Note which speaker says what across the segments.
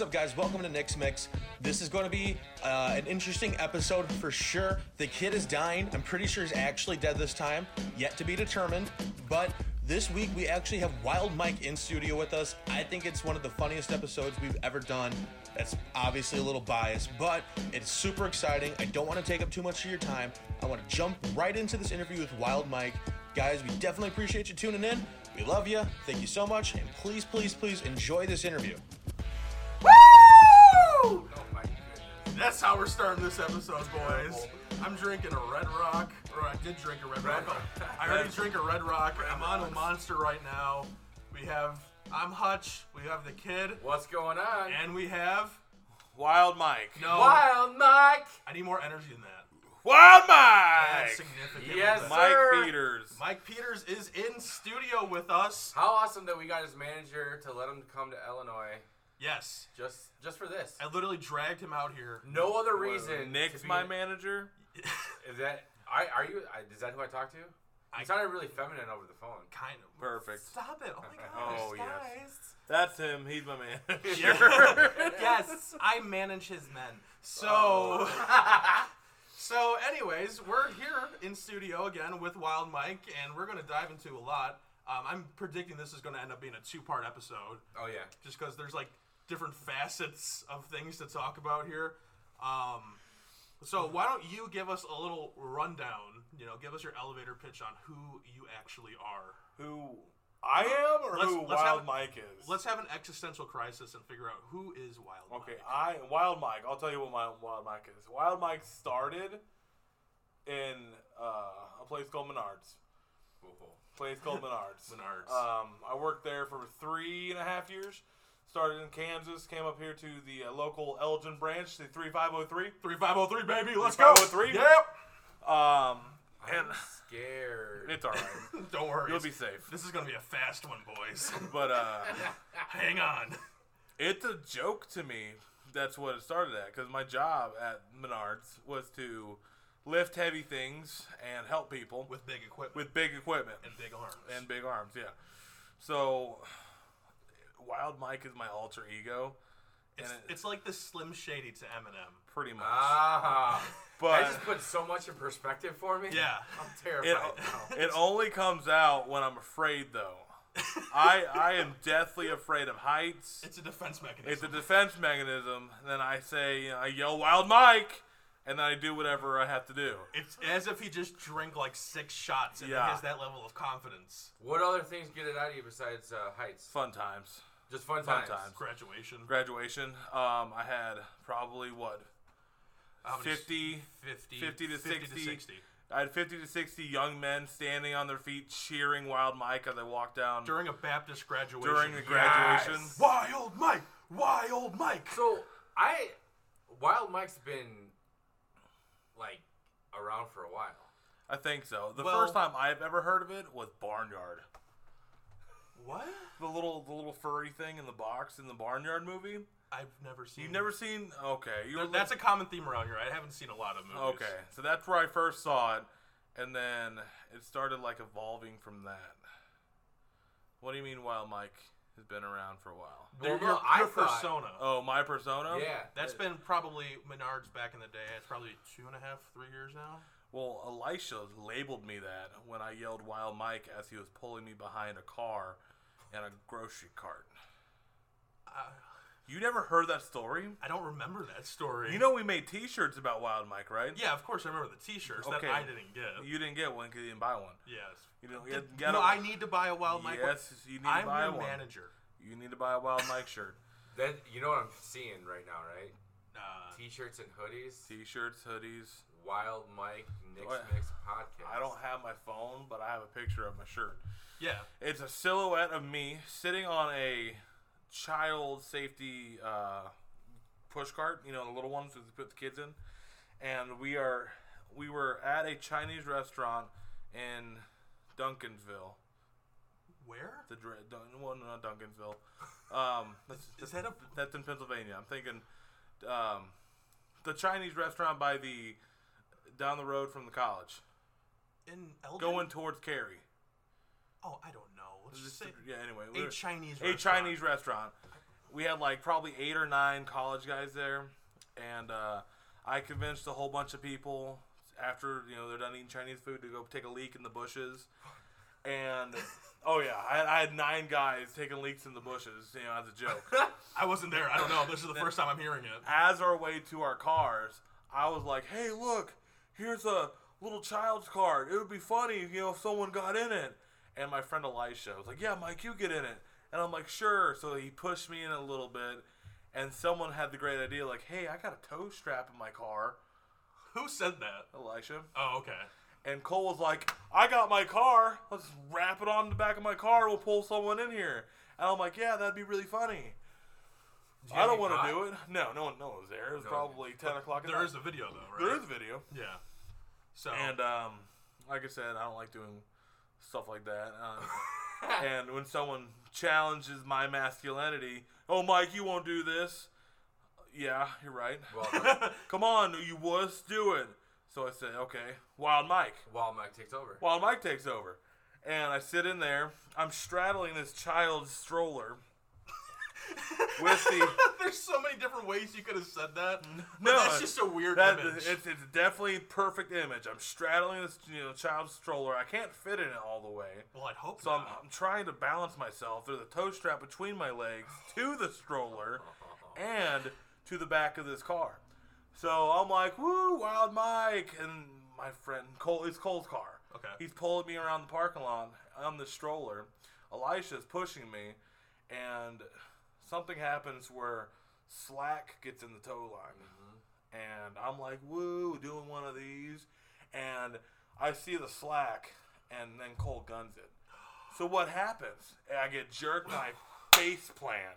Speaker 1: up, guys? Welcome to Nick's Mix. This is going to be uh, an interesting episode for sure. The kid is dying. I'm pretty sure he's actually dead this time, yet to be determined. But this week, we actually have Wild Mike in studio with us. I think it's one of the funniest episodes we've ever done. That's obviously a little biased, but it's super exciting. I don't want to take up too much of your time. I want to jump right into this interview with Wild Mike. Guys, we definitely appreciate you tuning in. We love you. Thank you so much. And please, please, please enjoy this interview.
Speaker 2: Woo!
Speaker 3: Oh my goodness. That's how we're starting this episode, boys. I'm drinking a Red Rock, or I did drink a Red,
Speaker 2: Red
Speaker 3: Rock.
Speaker 2: Rock.
Speaker 3: I already
Speaker 2: Red-
Speaker 3: drink a Red Rock. I'm on a
Speaker 2: Rocks.
Speaker 3: monster right now. We have, I'm Hutch. We have the kid,
Speaker 2: What's going on?
Speaker 3: and we have
Speaker 2: Wild Mike.
Speaker 3: no.
Speaker 4: Wild Mike.
Speaker 3: I need more energy than that.
Speaker 2: Wild
Speaker 3: That's
Speaker 2: Mike.
Speaker 3: significant.
Speaker 4: Yes,
Speaker 3: Mike.
Speaker 2: Mike
Speaker 4: Sir.
Speaker 2: Peters.
Speaker 3: Mike Peters is in studio with us.
Speaker 4: How awesome that we got his manager to let him come to Illinois
Speaker 3: Yes,
Speaker 4: just just for this.
Speaker 3: I literally dragged him out here.
Speaker 4: No other
Speaker 2: Wait,
Speaker 4: reason.
Speaker 2: Nick's
Speaker 4: to be-
Speaker 2: my manager.
Speaker 4: Is that I are you? I, is that who I talked to?
Speaker 3: I-
Speaker 4: I sounded really feminine over the phone.
Speaker 3: Kind of.
Speaker 2: Perfect.
Speaker 3: Stop it! Oh my gosh,
Speaker 2: Oh,
Speaker 3: guys.
Speaker 2: That's him. He's my manager.
Speaker 3: yes, I manage his men. So,
Speaker 4: Oh.
Speaker 2: Oh.
Speaker 3: so anyways, we're here in studio again with Wild Mike, and we're gonna dive into a lot. Um, I'm predicting this is gonna end up being a two-part episode,
Speaker 4: Oh yeah.
Speaker 3: just because there's like different facets of things to talk about here. Um, so why don't you give us a little rundown? You know, give us your elevator pitch on who you actually are.
Speaker 5: who I am or
Speaker 3: Let's-
Speaker 5: who
Speaker 3: let's
Speaker 5: Wild
Speaker 3: have-
Speaker 5: Mike is.
Speaker 3: Let's have an existential crisis and figure out who is Wild Mike.
Speaker 5: okay, I Wild Mike. I'll tell you what my Wild Mike is. Wild Mike started in uh, a place called Menards. Place called Menards.
Speaker 3: Menards.
Speaker 5: Um, I worked there for three and a half years. Started in Kansas, came up here to the uh, local Elgin branch, the 3503.
Speaker 3: 3503, baby, let's go.
Speaker 5: 3503?
Speaker 3: Yep.
Speaker 5: Um,
Speaker 4: I'm scared.
Speaker 5: it's all right.
Speaker 3: Don't worry.
Speaker 5: You'll be safe.
Speaker 3: This is going to be a fast one, boys.
Speaker 5: But uh,
Speaker 3: Hang on.
Speaker 5: It's a joke to me. That's what it started at because my job at Menards was to lift heavy things and help people with,
Speaker 3: With big equipment
Speaker 5: with big equipment
Speaker 3: and big arms.
Speaker 5: and big arms. Yeah. So, Wild Mike is my alter ego,
Speaker 3: it's,
Speaker 5: and it-
Speaker 3: it's like the Slim Shady to Eminem.
Speaker 5: pretty much.
Speaker 4: Ah.
Speaker 5: But-
Speaker 4: that just put so much in perspective for me.
Speaker 3: Yeah.
Speaker 4: I'm
Speaker 5: it,
Speaker 4: terrified now.
Speaker 5: it only comes out when I'm afraid, though. I I am deathly afraid of heights.
Speaker 3: It's a defense mechanism.
Speaker 5: It's a defense mechanism. Then I say, you know, I yell, "Wild Mike," and then I do whatever I have to do.
Speaker 3: It's as if he just drank like six shots and
Speaker 5: Yeah.
Speaker 3: has that level of confidence.
Speaker 4: What other things get it out of you besides uh, heights?
Speaker 5: Fun times.
Speaker 4: Just fun
Speaker 5: Fun
Speaker 4: times.
Speaker 5: times.
Speaker 3: Graduation.
Speaker 5: graduation, um, I had probably what
Speaker 3: How many-
Speaker 5: 50,
Speaker 3: 50,
Speaker 5: 50 to
Speaker 3: 50
Speaker 5: 60. I had 50 to 60 young men standing on their feet cheering Wild Mike as I walked down during,
Speaker 3: During a Baptist graduation.
Speaker 5: the
Speaker 3: Yeah.
Speaker 5: graduation.
Speaker 4: Yes.
Speaker 3: Wild Mike! Wild Mike!
Speaker 4: So I, Wild Mike's been like around for a while.
Speaker 5: I think so. The
Speaker 3: Well-
Speaker 5: first time I've ever heard of it was Barnyard.
Speaker 3: What?
Speaker 5: The little the little furry thing in the box in the Barnyard movie.
Speaker 3: I've never seen
Speaker 5: You've never seen? Okay, you were
Speaker 3: That's a common theme around here. I haven't seen a lot of movies.
Speaker 5: okay. So that's where I first saw it, and then it started like evolving from that. What do you mean, Wild Mike has been around for a while?
Speaker 4: Well,
Speaker 3: They're
Speaker 4: no,
Speaker 3: your,
Speaker 4: I
Speaker 3: your
Speaker 4: thought-
Speaker 3: persona.
Speaker 5: Oh, my persona.
Speaker 4: Yeah,
Speaker 3: That's been probably Menards back in the day. It's probably two and a half, three years now.
Speaker 5: Well, Elisha labeled me that when I yelled "Wild Mike" as he was pulling me behind a car and a grocery cart.
Speaker 3: Uh,
Speaker 5: You never heard that story?
Speaker 3: I don't remember that story.
Speaker 5: You know we made T-shirts about Wild Mike, right?
Speaker 3: yeah, of course I remember the T-shirts
Speaker 5: Okay.
Speaker 3: that I didn't get.
Speaker 5: You didn't get one because you didn't buy one.
Speaker 3: yes.
Speaker 5: You know, you
Speaker 3: Did-
Speaker 5: had to get
Speaker 3: Uh, no,
Speaker 5: a-
Speaker 3: I need to buy a Wild Mike. one.
Speaker 5: Yes, you need to
Speaker 3: I'm
Speaker 5: buy
Speaker 3: your
Speaker 5: one.
Speaker 3: manager.
Speaker 5: You need to buy a Wild Mike shirt.
Speaker 4: That you know what I'm seeing right now, right?
Speaker 3: Uh,
Speaker 4: T-shirts and hoodies.
Speaker 5: T-shirts, hoodies.
Speaker 4: Wild Mike Nick's
Speaker 5: What?
Speaker 4: Mix podcast.
Speaker 5: I don't have my phone, but I have a picture of my shirt.
Speaker 3: yeah,
Speaker 5: It's a silhouette of me sitting on a child safety uh, push cart, you know, the little ones that they put the kids in. And we are we were at a Chinese restaurant in Duncansville.
Speaker 3: where?
Speaker 5: The dra- Dun- well, no, not Duncansville. Um, that's,
Speaker 3: Is that a?
Speaker 5: that's in Pennsylvania. I'm thinking um, the Chinese restaurant by the down the road from the college,
Speaker 3: in Elgin?
Speaker 5: going towards Cary.
Speaker 3: Oh, I don't know. Let's just say
Speaker 5: Yeah. Anyway,
Speaker 3: a
Speaker 5: we're-
Speaker 3: Chinese.
Speaker 5: a
Speaker 3: restaurant.
Speaker 5: Chinese restaurant. we had like probably eight or nine college guys there, and uh, I convinced a whole bunch of people after you know they're done eating Chinese food to go take a leak in the bushes. And oh yeah, I, I had nine guys taking leaks in the bushes, you know, as a joke.
Speaker 3: I wasn't there. I don't know. This is the first time I'm hearing it.
Speaker 5: as our way to our cars, I was like, "Hey, look, here's a little child's car. It would be funny, you know, if someone got in it." And my friend Elisha was like, "Yeah, Mike, you get in it." And I'm like, "Sure." So he pushed me in a little bit, and someone had the great idea, like, "Hey, I got a tow strap in my car."
Speaker 3: Who said that?
Speaker 5: Elisha
Speaker 3: Oh, okay.
Speaker 5: and Cole was like, "I got my car. Let's wrap it on the back of my car. We'll pull someone in here." And I'm like, "Yeah, that'd be really funny."
Speaker 4: you
Speaker 5: I don't
Speaker 4: get
Speaker 5: want
Speaker 4: caught?
Speaker 5: to do it. No, no one, no one was there. It was
Speaker 4: No.
Speaker 5: probably ten o'clock. at
Speaker 3: There
Speaker 5: night.
Speaker 3: is a video though, right?
Speaker 5: There is video.
Speaker 3: Yeah. So
Speaker 5: And um, like I said, I don't like doing stuff like that. Um, and when someone challenges my masculinity, oh Mike, you won't do this. Yeah, you're right.
Speaker 4: Wild,
Speaker 5: Come on, you wuss, do it. So I said, okay, Wild Mike.
Speaker 4: Wild Mike takes over.
Speaker 5: Wild Mike takes over, and I sit in there. I'm straddling this child's stroller with the.
Speaker 3: there's so many different ways you could have said that. But
Speaker 5: No,
Speaker 3: that's just a weird
Speaker 5: That,
Speaker 3: image.
Speaker 5: it's, it's definitely a perfect image. I'm straddling this you know child's stroller. I can't fit in it all the way.
Speaker 3: well, I'd hope
Speaker 5: So I'm,
Speaker 3: not.
Speaker 5: I'm trying to balance myself. There's a toe strap between my legs to the stroller and to the back of this car. So I'm like, woo, Wild Mike. And my friend Cole, it's Cole's car.
Speaker 3: Okay.
Speaker 5: He's pulling me around the parking lot on the stroller. Elisha's pushing me. And something happens where slack gets in the tow line and I'm like, woo, doing one of these, and I see the slack, and then Cole guns it. So what happens? And I get jerked, and I face plant,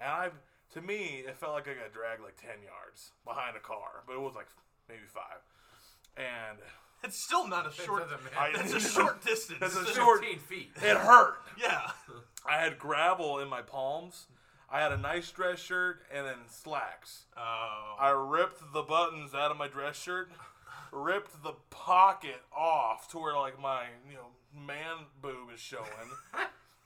Speaker 5: and I, to me, it felt like I got dragged like ten yards behind a car, but it was like maybe five, and
Speaker 3: It's still not a short.
Speaker 4: doesn't matter.
Speaker 5: I-
Speaker 3: That's a short distance.
Speaker 5: That's a
Speaker 3: It's
Speaker 5: short-
Speaker 4: 15 feet.
Speaker 5: it hurt.
Speaker 3: Yeah.
Speaker 5: I had gravel in my palms. I had a nice dress shirt and then slacks.
Speaker 3: Oh.
Speaker 5: I ripped the buttons out of my dress shirt, ripped the pocket off to where like my you know man boob is showing,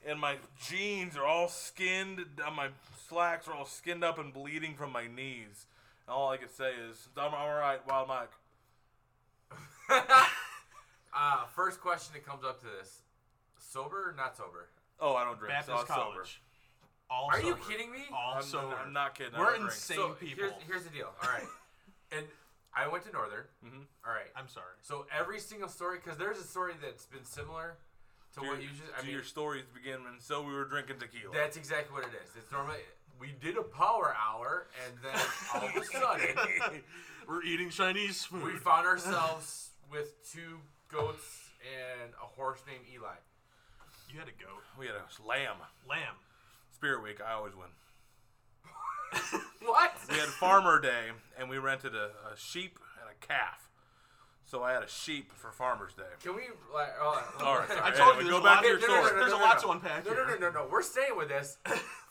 Speaker 5: and my jeans are all skinned, uh, my slacks are all skinned up and bleeding from my knees. And all I could say is, "I'm all right, Wild Mike."
Speaker 4: Uh, first question that comes up to this: sober or not sober?
Speaker 5: Oh, I don't drink,
Speaker 3: Baptist
Speaker 5: so I'm
Speaker 3: College.
Speaker 5: sober.
Speaker 3: All
Speaker 4: Are you
Speaker 3: sober.
Speaker 4: kidding me?
Speaker 3: All
Speaker 5: I'm,
Speaker 3: sober.
Speaker 5: I'm not kidding. I
Speaker 3: We're
Speaker 5: don't drink.
Speaker 3: insane
Speaker 4: so
Speaker 3: people.
Speaker 4: here's here's the deal. All right, and I went to Northern.
Speaker 5: Mhm.
Speaker 4: All right.
Speaker 3: I'm sorry.
Speaker 4: So every single story, because there's a story that's been similar to
Speaker 5: Do,
Speaker 4: what you just. I
Speaker 5: do
Speaker 4: mean,
Speaker 5: your stories begin, and so we were drinking tequila.
Speaker 4: That's exactly what it is. It's normally we did a power hour, and then all of a sudden
Speaker 3: We're eating Chinese food.
Speaker 4: we found ourselves with two goats and a horse named Eli.
Speaker 3: you had a goat.
Speaker 5: we had a lamb.
Speaker 3: Lamb.
Speaker 5: Spirit Week, I always win.
Speaker 4: What?
Speaker 5: we had Farmer Day, and we rented a, a sheep and a calf. So I had a sheep for Farmer's Day.
Speaker 4: Can we like? All right.
Speaker 5: All right,
Speaker 3: I
Speaker 5: sorry.
Speaker 3: told
Speaker 5: Anyway,
Speaker 3: you
Speaker 5: go
Speaker 3: there's a
Speaker 5: back
Speaker 3: lot-
Speaker 5: to your
Speaker 3: no, no, no,
Speaker 5: story.
Speaker 3: no, There's a lot to unpack
Speaker 4: No, no, no,
Speaker 3: here.
Speaker 4: no, no. We're staying with this.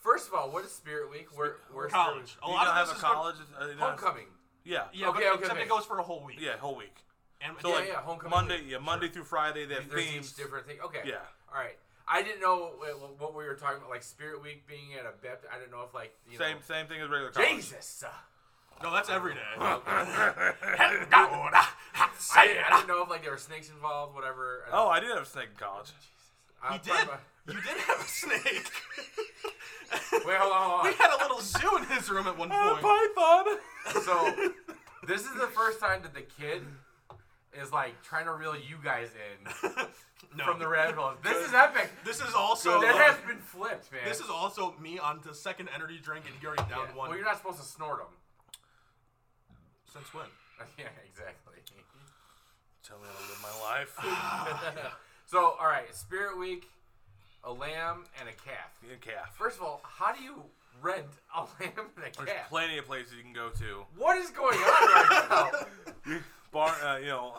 Speaker 4: First of all, what is Spirit Week? We're we're
Speaker 3: College.
Speaker 4: Spirit
Speaker 3: A
Speaker 5: You
Speaker 3: lot
Speaker 5: don't
Speaker 3: of
Speaker 5: have
Speaker 3: this
Speaker 5: a
Speaker 3: is going-
Speaker 5: college? uh, you
Speaker 4: Week.
Speaker 5: don't have-
Speaker 4: Homecoming.
Speaker 5: Yeah. oh,
Speaker 3: Yeah,
Speaker 4: Okay,
Speaker 3: but
Speaker 4: okay,
Speaker 3: except
Speaker 4: okay.
Speaker 3: it goes for a whole week.
Speaker 5: Yeah, whole week.
Speaker 3: And
Speaker 5: So
Speaker 3: yeah,
Speaker 5: like
Speaker 4: yeah, homecoming
Speaker 5: Monday,
Speaker 4: week.
Speaker 5: yeah, Monday through Friday they have
Speaker 4: There's
Speaker 5: themes.
Speaker 4: each different thing. Okay.
Speaker 5: Yeah.
Speaker 4: All right. I didn't know wh- what we were talking about, like Spirit Week being at a Baptist. I didn't know if like you
Speaker 5: Same
Speaker 4: know.
Speaker 5: same thing as regular college.
Speaker 4: Jesus.
Speaker 3: No, that's every day.
Speaker 4: I, didn't- I didn't know if like there were snakes involved, whatever.
Speaker 5: Oh, I did have a snake in college.
Speaker 4: I,
Speaker 3: You did. You did have a snake.
Speaker 4: Wait, hold on, hold
Speaker 3: we
Speaker 4: on.
Speaker 3: had a little zoo in his room at one
Speaker 5: Oh,
Speaker 3: point.
Speaker 5: Python.
Speaker 4: So, this is the first time that the kid is like trying to reel you guys in
Speaker 3: no.
Speaker 4: from the rabbit hole. This is epic.
Speaker 3: This is also. uh,
Speaker 4: that has been flipped, man.
Speaker 3: This is also me on the second energy drink, and you already downed
Speaker 4: Yeah.
Speaker 3: one.
Speaker 4: Well, you're not supposed to snort them.
Speaker 3: Since when?
Speaker 4: yeah, exactly.
Speaker 5: Tell me how to live my life.
Speaker 4: So, all right, Spirit Week, a lamb and a calf.
Speaker 5: And calf.
Speaker 4: First of all, how do you rent a lamb and a
Speaker 5: There's
Speaker 4: calf?
Speaker 5: plenty of places you can go to.
Speaker 4: what is going on right now?
Speaker 5: Bar, uh, you know,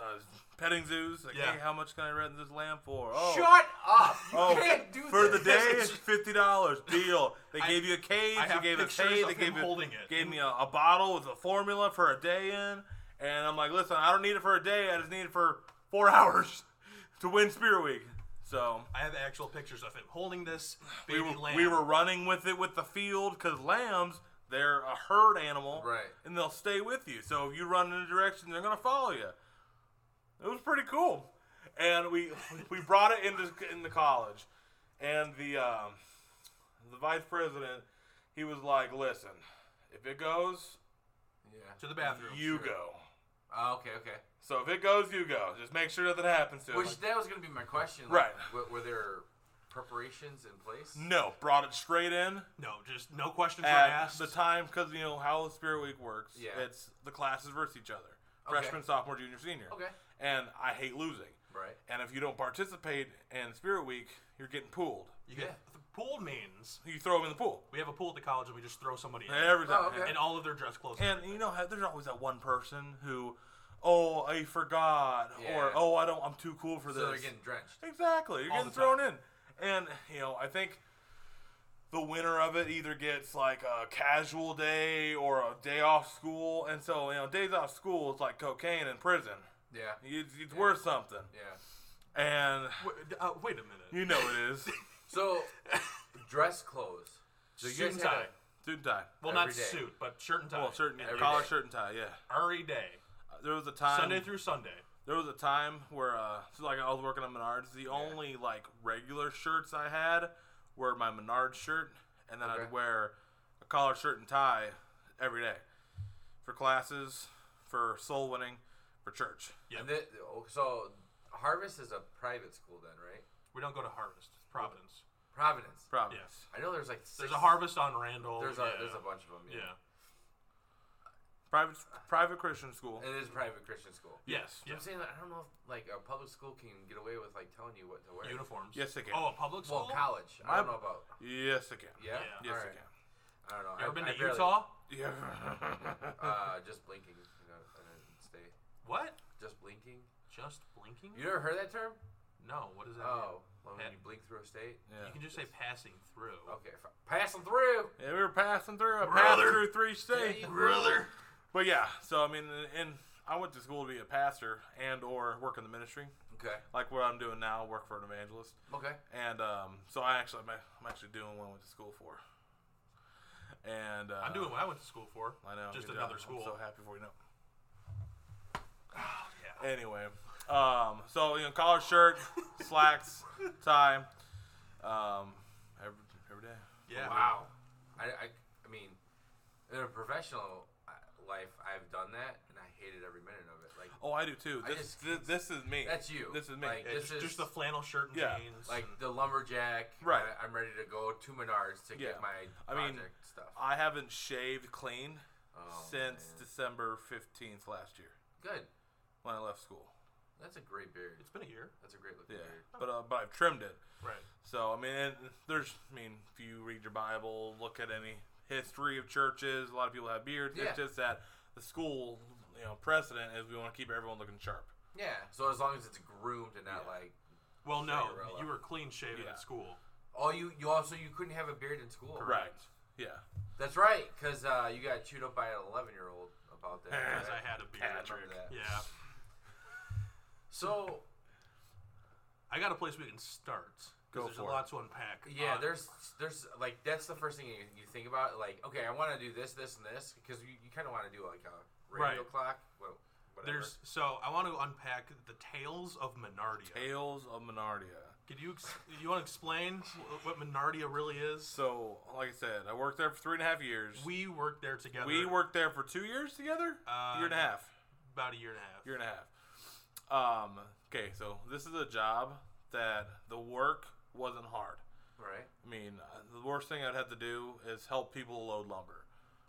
Speaker 5: uh, petting zoos. Like,
Speaker 3: Yeah.
Speaker 5: hey, how much can I rent this lamb for? Oh,
Speaker 4: Shut up! You
Speaker 5: Oh,
Speaker 4: can't do
Speaker 5: for
Speaker 4: this.
Speaker 5: the day it's fifty dollars deal. They
Speaker 3: I-
Speaker 5: gave you a cage,
Speaker 3: I
Speaker 5: they
Speaker 3: have
Speaker 5: gave a
Speaker 3: pictures
Speaker 5: cage,
Speaker 3: of
Speaker 5: they
Speaker 3: him
Speaker 5: gave you,
Speaker 3: holding it.
Speaker 5: gave me a, a bottle with a formula for a day in, and I'm like, listen, I don't need it for a day, I just need it for four hours to win Spirit Week. So
Speaker 3: I have actual pictures of him holding this
Speaker 5: we
Speaker 3: baby
Speaker 5: were,
Speaker 3: lamb.
Speaker 5: we were running with it with the field because lambs they're a herd animal,
Speaker 4: Right.
Speaker 5: And they'll stay with you. So if you run in a direction, they're gonna follow you. It was pretty cool, and we we brought it into into college, and the um, the vice president he was like, listen, if it goes,
Speaker 3: to
Speaker 4: Yeah.
Speaker 3: the bathroom.
Speaker 5: you go.
Speaker 4: Oh, okay, okay.
Speaker 5: So if it goes, you go. Just make sure nothing happens to it.
Speaker 4: Which that was gonna be my question. like,
Speaker 5: Right.
Speaker 4: w- were there preparations in place?
Speaker 5: no, brought it straight in.
Speaker 3: No, just no questions were
Speaker 5: at
Speaker 3: asked.
Speaker 5: the time because you know how Spirit Week works.
Speaker 4: Yeah.
Speaker 5: It's the classes versus each other.
Speaker 4: Okay.
Speaker 5: Freshman, sophomore, junior, senior.
Speaker 4: Okay.
Speaker 5: And I hate losing.
Speaker 4: Right.
Speaker 5: And if you don't participate in Spirit Week, you're getting pooled.
Speaker 3: you get the pool means
Speaker 5: You throw them in the pool
Speaker 3: we have a pool at the college and we just throw somebody in,
Speaker 5: every time.
Speaker 4: Oh, okay.
Speaker 3: and all of their dress clothes.
Speaker 5: And you know how there's always that one person who, oh, I forgot,
Speaker 4: Yeah.
Speaker 5: or oh, I don't, I'm too cool for
Speaker 4: So
Speaker 5: this.
Speaker 4: they're getting drenched.
Speaker 5: Exactly. You're
Speaker 3: All
Speaker 5: getting
Speaker 3: the
Speaker 5: thrown in. And, you know, I think the winner of it either gets like a casual day or a day off school. And so, you know, days off school is like cocaine in prison.
Speaker 4: Yeah.
Speaker 5: It's, it's worth something.
Speaker 4: Yeah.
Speaker 5: And
Speaker 3: Wait, uh, wait a minute.
Speaker 5: you know it is.
Speaker 4: So dress clothes. So you
Speaker 3: Suit
Speaker 4: guys
Speaker 3: and
Speaker 4: had
Speaker 3: tie.
Speaker 5: Suit and tie.
Speaker 3: Well,
Speaker 4: every
Speaker 3: not
Speaker 4: day.
Speaker 3: suit, but shirt and tie.
Speaker 5: Well, shirt and
Speaker 4: Every
Speaker 5: collar,
Speaker 4: day.
Speaker 5: shirt and tie, yeah.
Speaker 3: Every day,
Speaker 5: Uh, There was a time.
Speaker 3: Sunday through Sunday.
Speaker 5: There was a time where, uh, so like I was working at Menards. The only like regular shirts I had were my Menards shirt, and then
Speaker 4: Okay.
Speaker 5: I'd wear a collar shirt and tie every day for classes, for soul winning, for church.
Speaker 4: A, and thi- oh, so Harvest is a private school then, right?
Speaker 3: We don't go to Harvest, it's Providence.
Speaker 4: Providence.
Speaker 5: Providence.
Speaker 3: Yes.
Speaker 4: I know there's like six,
Speaker 3: There's a Harvest on Randall.
Speaker 4: There's a
Speaker 3: yeah.
Speaker 4: there's a bunch of them.
Speaker 3: Yeah.
Speaker 5: Private private Christian school.
Speaker 4: It is private Christian school.
Speaker 3: Yes.
Speaker 4: So I'm saying that I don't know if like a public school can get away with like telling you what to wear.
Speaker 3: yeah. Uniforms.
Speaker 5: Yes, they can.
Speaker 3: Oh, a public school.
Speaker 4: Well, college. I don't
Speaker 5: My-
Speaker 4: know about.
Speaker 5: Yes, I can.
Speaker 4: Yeah.
Speaker 3: Yeah.
Speaker 5: Yes,
Speaker 4: Alright. I don't know.
Speaker 3: You
Speaker 4: I,
Speaker 3: ever been
Speaker 4: I
Speaker 3: to
Speaker 4: barely-
Speaker 3: Utah?
Speaker 5: I can. Yeah.
Speaker 4: Uh, just blinking. You know, I didn't stay.
Speaker 3: What?
Speaker 4: Just blinking.
Speaker 3: Just blinking?
Speaker 4: You never heard that term?
Speaker 3: No. What does that
Speaker 4: Oh, well, when
Speaker 3: Yeah.
Speaker 4: you blink through a state.
Speaker 3: mean? You can just say passing through.
Speaker 4: Okay, f- passing through.
Speaker 5: yeah. We were passing through. I passed
Speaker 3: Brother.
Speaker 5: through three states.
Speaker 4: Yeah, you-
Speaker 3: Brother.
Speaker 5: But yeah, so I mean, and I went to school to be a pastor and or work in the ministry,
Speaker 4: Okay.
Speaker 5: like what I'm doing now, work for an evangelist,
Speaker 4: Okay.
Speaker 5: and um, so I actually I'm, I'm actually doing what I went to school for. And uh,
Speaker 3: I'm doing what I went to school for.
Speaker 5: I know
Speaker 3: Just
Speaker 5: good
Speaker 3: another
Speaker 5: job.
Speaker 3: school. Oh,
Speaker 5: I'm so happy for you. No.
Speaker 3: yeah.
Speaker 5: Anyway, um, so you know, collar shirt, slacks, tie, um, every every day.
Speaker 3: Yeah.
Speaker 4: Wow. I, I, I mean, in a professional uh, life, I've done that, and I hated every minute of it. Like,
Speaker 5: Oh, I do too.
Speaker 4: I
Speaker 5: This
Speaker 4: just-
Speaker 5: thi- this, is me.
Speaker 4: that's you.
Speaker 5: This is me.
Speaker 4: Like,
Speaker 3: Yeah,
Speaker 4: This
Speaker 3: just,
Speaker 4: is-
Speaker 3: just the flannel shirt and
Speaker 5: Yeah.
Speaker 3: jeans.
Speaker 4: like the lumberjack.
Speaker 5: Right.
Speaker 4: I, am ready to go to Menards to
Speaker 5: Yeah.
Speaker 4: get my
Speaker 5: I
Speaker 4: project
Speaker 5: mean,
Speaker 4: stuff.
Speaker 5: I haven't shaved clean
Speaker 4: Oh,
Speaker 5: since
Speaker 4: man.
Speaker 5: December fifteenth last year.
Speaker 4: good.
Speaker 5: when I left school.
Speaker 4: That's a great beard.
Speaker 3: it's been a year.
Speaker 4: That's a great looking
Speaker 5: Yeah,
Speaker 4: beard.
Speaker 5: but uh, but I've trimmed it.
Speaker 3: Right.
Speaker 5: So I mean, and there's I mean, if you read your Bible, look at any history of churches, a lot of people have beards.
Speaker 4: Yeah.
Speaker 5: It's just that the school, you know, precedent is we want to keep everyone looking sharp.
Speaker 4: Yeah. So as long as it's groomed and not like,
Speaker 3: Well, no,
Speaker 4: Cinderella.
Speaker 3: you were clean shaven
Speaker 5: Yeah.
Speaker 3: at school.
Speaker 4: oh, you you also you couldn't have a beard in school.
Speaker 5: Right. Yeah.
Speaker 4: That's right, because uh, you got chewed up by an 11 year old about that.
Speaker 3: Because
Speaker 4: right?
Speaker 3: I had a beard.
Speaker 4: Patrick. that.
Speaker 3: Yeah.
Speaker 4: So
Speaker 3: I got a place we can start. 'cause
Speaker 5: Go
Speaker 3: there's
Speaker 5: for
Speaker 3: a lot to unpack. Uh,
Speaker 4: yeah,
Speaker 3: on-
Speaker 4: there's there's like that's the first thing you, you think about. Like, okay, I want to do this, this, and this because you, you kind of want to do like a radio
Speaker 3: Right.
Speaker 4: clock. Well, whatever.
Speaker 3: There's so I want to unpack the tales of Menardia.
Speaker 5: Tales of Menardia.
Speaker 3: Could you ex- you want to explain wh- what Menardia really is?
Speaker 5: So, like I said, I worked there for three and a half years.
Speaker 3: we worked there together.
Speaker 5: We worked there for two years together.
Speaker 3: Uh,
Speaker 5: year and a half.
Speaker 3: about a year and a half.
Speaker 5: year and a half. Um, okay, so this is a job that the work wasn't hard.
Speaker 4: right.
Speaker 5: I mean, uh, the worst thing I'd have to do is help people load lumber.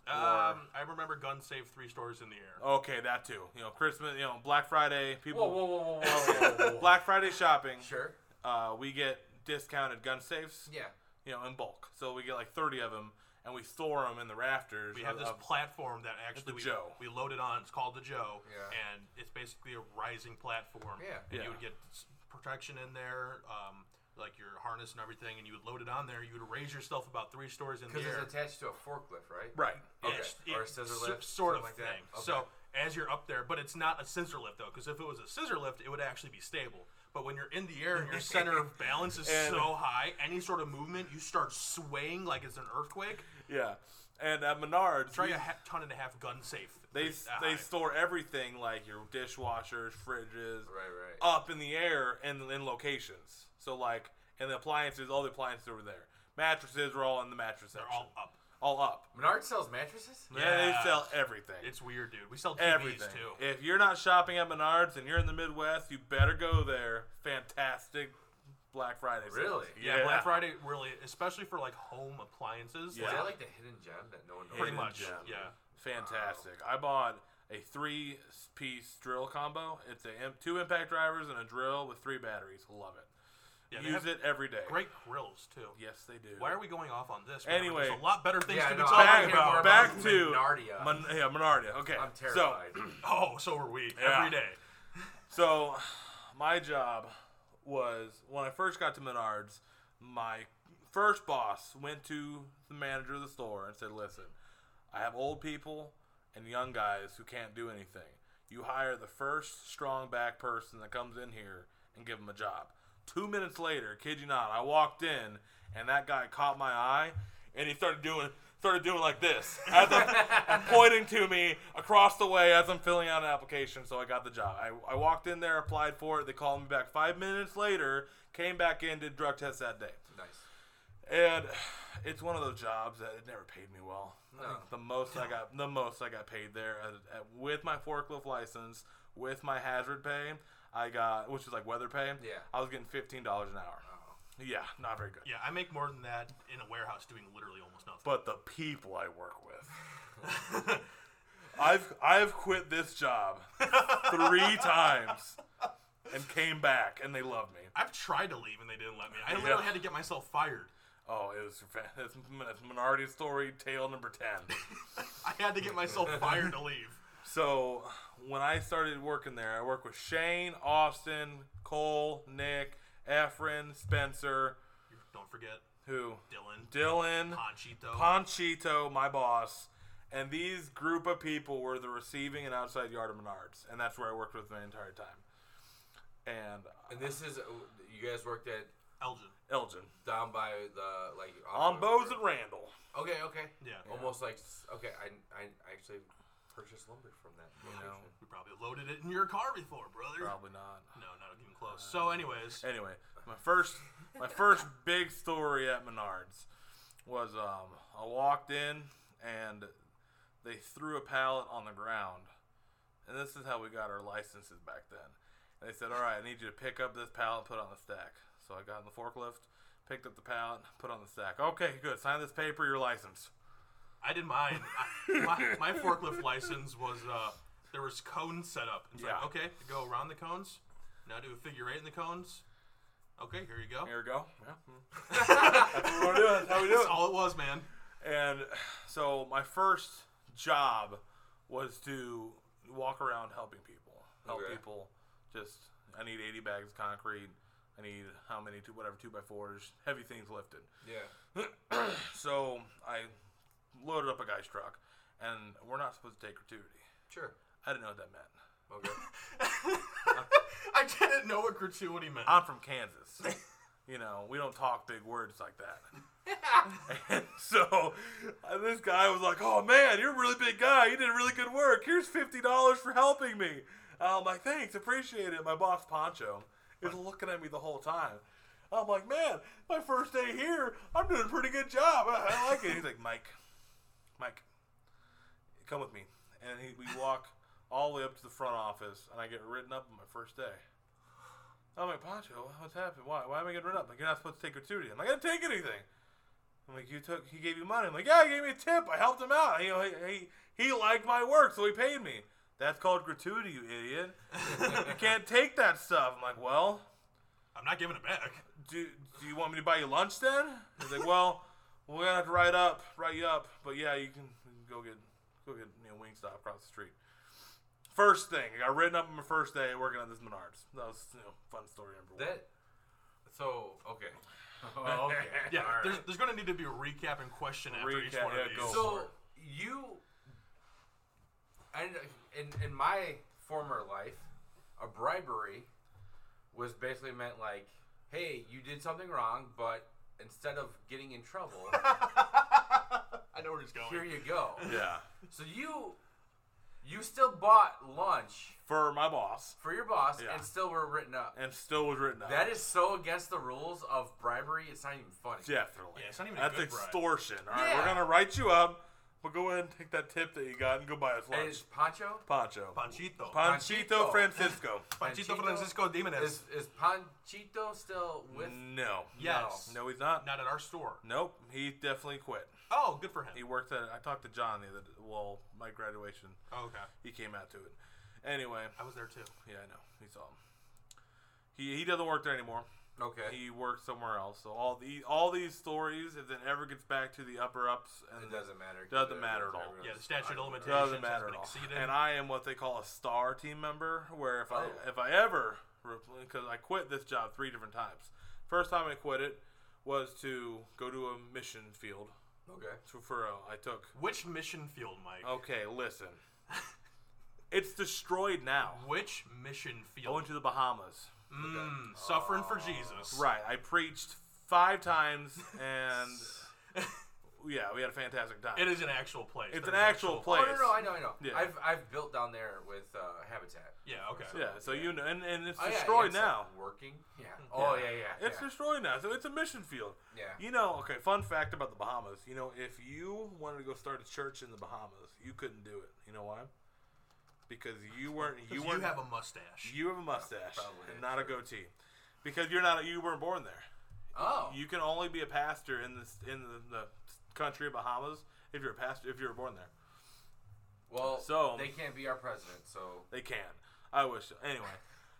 Speaker 3: um, I remember gun saved three stories in the air.
Speaker 5: Okay, that too. You know, Christmas, you know, Black Friday,
Speaker 4: Whoa,
Speaker 5: people.
Speaker 4: whoa, whoa, whoa, whoa, whoa, whoa.
Speaker 5: Black Friday shopping.
Speaker 4: Sure.
Speaker 5: Uh, we get discounted gun safes.
Speaker 4: Yeah.
Speaker 5: You know, in bulk. So we get like 30 of them, and we store them in the rafters.
Speaker 3: We have
Speaker 5: of-
Speaker 3: this
Speaker 5: of-
Speaker 3: platform that actually
Speaker 5: the
Speaker 3: we,
Speaker 5: Joe.
Speaker 3: we loaded on. It's called the Joe,
Speaker 4: Yeah.
Speaker 3: and it's basically a rising platform.
Speaker 4: Yeah.
Speaker 3: and
Speaker 5: Yeah.
Speaker 3: you would get s- protection in there, um, like your harness and everything, and you would load it on there. You would raise yourself about three stories in the
Speaker 4: Because
Speaker 3: air.
Speaker 4: it's attached to a forklift, right?
Speaker 5: right.
Speaker 3: Yeah,
Speaker 4: Okay.
Speaker 3: it's-
Speaker 4: Or a
Speaker 3: it's
Speaker 4: scissor
Speaker 3: s-
Speaker 4: lift,
Speaker 3: sort of
Speaker 4: something like that.
Speaker 3: thing.
Speaker 4: Okay.
Speaker 3: So as you're up there, but it's not a scissor lift though, because if it was a scissor lift, it would actually be stable. But when you're in the air and your center of balance is
Speaker 5: And-
Speaker 3: so high, any sort of movement, you start swaying like it's an earthquake.
Speaker 5: Yeah, and at Menards,
Speaker 3: Try Ah,
Speaker 5: we-
Speaker 3: a ha- ton and a half gun safe.
Speaker 5: they
Speaker 3: Pretty high.
Speaker 5: they store everything like your dishwashers, fridges,
Speaker 4: Right, right.
Speaker 5: up in the air and in locations. So like, and the appliances, all the appliances were there. Mattresses were all in the mattress
Speaker 3: They're
Speaker 5: section.
Speaker 3: all up.
Speaker 5: All up.
Speaker 4: Menard sells mattresses.
Speaker 5: Yeah, they sell everything.
Speaker 3: It's weird, dude. We sell TVs
Speaker 5: everything.
Speaker 3: too.
Speaker 5: If you're not shopping at Menards and you're in the Midwest, you better go there. Fantastic Black Friday. sales.
Speaker 4: Really?
Speaker 3: yeah, Black Friday really, especially for like home appliances.
Speaker 4: Is
Speaker 3: like,
Speaker 4: that like the hidden gem that no one knows?
Speaker 3: pretty
Speaker 5: Hidden
Speaker 3: much.
Speaker 5: gem.
Speaker 3: Yeah.
Speaker 5: Fantastic. I bought a three piece drill combo. It's a im- two impact drivers and a drill with three batteries. Love it.
Speaker 3: Yeah, they
Speaker 5: Use
Speaker 3: have
Speaker 5: it every day.
Speaker 3: Great grills too.
Speaker 5: Yes, they do.
Speaker 3: Why are we going off on this? man?
Speaker 5: Anyway.
Speaker 3: there's a lot better things
Speaker 4: Yeah,
Speaker 3: to be
Speaker 4: no, I
Speaker 3: talking
Speaker 5: back,
Speaker 4: wanna hear more
Speaker 3: about.
Speaker 5: back
Speaker 4: about
Speaker 5: to
Speaker 4: Menardia.
Speaker 5: Mon- yeah, Menardia. Okay.
Speaker 4: I'm terrified.
Speaker 3: Oh, so are we
Speaker 5: Yeah.
Speaker 3: every day.
Speaker 5: So, so my job was when I first got to Menards, my first boss went to the manager of the store and said, "Listen, I have old people and young guys who can't do anything. You hire the first strong back person that comes in here and give them a job. Two minutes later, kid you not, I walked in and that guy caught my eye and he started doing started doing like this as I'm, I'm pointing to me across the way as I'm filling out an application. So I got the job. I, I walked in there, applied for it. They called me back five minutes later, came back in, did drug tests that day.
Speaker 4: nice.
Speaker 5: And it's one of those jobs that it never paid me well. I
Speaker 4: No.
Speaker 5: think the most I got, the most I got paid there at, at, with my forklift license, with my hazard pay, I got which is like weather pay.
Speaker 4: Yeah.
Speaker 5: I was getting fifteen dollars an hour. Yeah, not very good.
Speaker 3: Yeah, I make more than that in a warehouse doing literally almost nothing.
Speaker 5: But the people I work with, I've I've quit this job three times and came back, and they love me.
Speaker 3: I've tried to leave and they didn't let me. I literally had to get myself fired.
Speaker 5: Oh, it was fan- it's, it's minority story tale number ten.
Speaker 3: I had to get myself fired to leave.
Speaker 5: So when I started working there, I worked with Shane, Austin, Cole, Nick, Efren, Spencer,
Speaker 3: Don't forget
Speaker 5: who
Speaker 3: Dylan,
Speaker 5: Dylan,
Speaker 3: Ponchito.
Speaker 5: Ponchito, my boss, and these group of people were the receiving and outside yard of Menards, and that's where I worked with my entire time. And
Speaker 4: And this is uh, you guys worked at
Speaker 3: Elgin.
Speaker 5: Elgin
Speaker 4: down by the like
Speaker 5: on Bose and Randall.
Speaker 4: Okay, okay.
Speaker 3: Yeah.
Speaker 5: Oh.
Speaker 4: Almost like s- okay. I, I actually purchased lumber from that.
Speaker 5: You know,
Speaker 4: location.
Speaker 3: We probably loaded it in your car before, brother.
Speaker 5: probably not.
Speaker 3: No, not even close. So, anyways,
Speaker 5: Anyway, my first my first big story at Menards was um, I walked in and they threw a pallet on the ground, and this is how we got our licenses back then. And they said, "All right, I need you to pick up this pallet, and put it on the stack." So I got in the forklift, picked up the pallet, put it on the stack. Okay, good. Sign this paper, your license.
Speaker 3: I did mine. I, my, my forklift license was uh, there was cones set up. It's
Speaker 5: Yeah.
Speaker 3: like, okay, go around the cones. Now do a figure eight in the cones. Okay, here you go.
Speaker 5: Here we go. Yeah. That's what we're doing. That's how we do
Speaker 3: That's
Speaker 5: it.
Speaker 3: all it was, man.
Speaker 5: And so my first job was to walk around helping people. Help
Speaker 4: Okay.
Speaker 5: people. Just I need 80 bags of concrete. I need how many two whatever two by fours, heavy things lifted.
Speaker 4: Yeah.
Speaker 5: So I loaded up a guy's truck, and we're not supposed to take gratuity.
Speaker 4: Sure.
Speaker 5: I didn't know what that meant.
Speaker 4: Okay.
Speaker 3: I didn't know what gratuity meant.
Speaker 5: I'm from Kansas. you know, we don't talk big words like that. and so uh, this guy was like, "Oh man, you're a really big guy. You did really good work. Here's fifty dollars for helping me." I'm like, "Thanks, appreciate it." My boss Poncho is looking at me the whole time. I'm like, "Man, my first day here, I'm doing a pretty good job. I, I like it." He's like, "Mike, Mike, come with me." And he, we walk all the way up to the front office, and I get written up on my first day. I'm like, Poncho, what's happened? Why? Why am I getting written up? Like, you're not supposed to take gratuity. I'm like, I didn't take anything. I'm like, you took, he gave you money. I'm like, yeah, he gave me a tip. I helped him out. You know, he, he, he liked my work, so he paid me. That's called gratuity, you idiot. you can't take that stuff. I'm like, well,
Speaker 3: I'm not giving it back.
Speaker 5: do, do you want me to buy you lunch then? He's like, well, we're gonna have to write up, write you up. But yeah, you can go get, go get, you know, Wingstop across the street. First thing, I got written up on my first day working on this Menards. That was, you know, fun story number one.
Speaker 4: That. So okay. Oh, okay.
Speaker 3: Yeah,
Speaker 4: All right.
Speaker 3: there's, there's going to need to be a recap and question after each
Speaker 5: Recap,
Speaker 3: one of
Speaker 5: yeah,
Speaker 3: these.
Speaker 5: go.
Speaker 4: So you, and in in my former life, a bribery was basically meant like, hey, you did something wrong, but instead of getting in trouble,
Speaker 3: I know where he's going.
Speaker 4: here you go.
Speaker 5: Yeah.
Speaker 4: So you you still bought lunch
Speaker 5: For my boss,
Speaker 4: for your boss
Speaker 5: Yeah.
Speaker 4: and still were written up.
Speaker 5: and still was written up.
Speaker 4: That is so against the rules of bribery. It's not even funny.
Speaker 5: definitely.
Speaker 3: Yeah, it's not even a
Speaker 5: That's
Speaker 3: good bribe.
Speaker 5: extortion. All right, we're
Speaker 4: Yeah.
Speaker 5: gonna write you up. But go ahead and take that tip that you got and go buy us
Speaker 4: And
Speaker 5: lunch.
Speaker 4: it's Pancho.
Speaker 5: Pancho.
Speaker 3: Panchito.
Speaker 5: Panchito
Speaker 4: Panchito.
Speaker 5: Francisco.
Speaker 3: Panchito
Speaker 4: Panchito?
Speaker 3: Francisco Jimenez.
Speaker 4: Is is Panchito still with?
Speaker 5: No.
Speaker 3: yes.
Speaker 5: No, he's not.
Speaker 3: Not at our store.
Speaker 5: Nope. He definitely quit.
Speaker 3: Oh, good for him.
Speaker 5: He worked at. I talked to John the other. Well, my graduation,
Speaker 3: Oh, okay.
Speaker 5: he came out to it. Anyway,
Speaker 3: I was there too.
Speaker 5: yeah, I know. He saw him. He he doesn't work there anymore.
Speaker 3: Mm,
Speaker 4: Okay.
Speaker 5: He works somewhere else. So all the all these stories, if it ever gets back to the upper ups, and
Speaker 4: It doesn't matter.
Speaker 5: Doesn't matter at all.
Speaker 3: Yeah, the statute of
Speaker 4: element.
Speaker 3: limitations
Speaker 5: doesn't
Speaker 3: has
Speaker 5: matter
Speaker 3: been
Speaker 5: at all.
Speaker 3: exceeded.
Speaker 5: And I am what they call a star team member, where if
Speaker 4: Oh.
Speaker 5: I if I ever because I quit this job three different times. First time I quit it was to go to a mission field
Speaker 4: Okay.
Speaker 5: to, for a, I Oh. took.
Speaker 3: Which mission field, Mike?
Speaker 5: Okay, listen, it's destroyed now.
Speaker 3: Which mission
Speaker 5: I
Speaker 3: field?
Speaker 5: went to the Bahamas.
Speaker 3: Mm, Suffering for Jesus.
Speaker 5: Right, I preached five times, and yeah, we had a fantastic time.
Speaker 3: It is an actual place.
Speaker 5: It's
Speaker 3: There's
Speaker 5: an actual place.
Speaker 4: Oh no, no, I know, I know.
Speaker 5: Yeah.
Speaker 4: I've I've built down there with uh, Habitat.
Speaker 3: Yeah, okay.
Speaker 5: Yeah, so you know, and, and it's
Speaker 4: Oh, yeah, yeah,
Speaker 5: destroyed
Speaker 4: it's, like,
Speaker 5: now.
Speaker 4: working. Yeah. Oh yeah, yeah.
Speaker 5: It's
Speaker 4: yeah.
Speaker 5: destroyed now, so it's a mission field.
Speaker 4: Yeah.
Speaker 5: You know, okay, fun fact about the Bahamas. You know, if you wanted to go start a church in the Bahamas, you couldn't do it. You know why? Because you weren't you
Speaker 3: You,
Speaker 5: weren't
Speaker 3: have a mustache.
Speaker 5: you have a mustache
Speaker 4: Probably,
Speaker 5: and not a goatee. Because you're not you weren't born there.
Speaker 4: oh.
Speaker 5: You can only be a pastor in this in the, the country of Bahamas if you're a pastor if you were born there.
Speaker 4: well,
Speaker 5: so-
Speaker 4: they can't be our president. So
Speaker 5: They can. I wish. Anyway,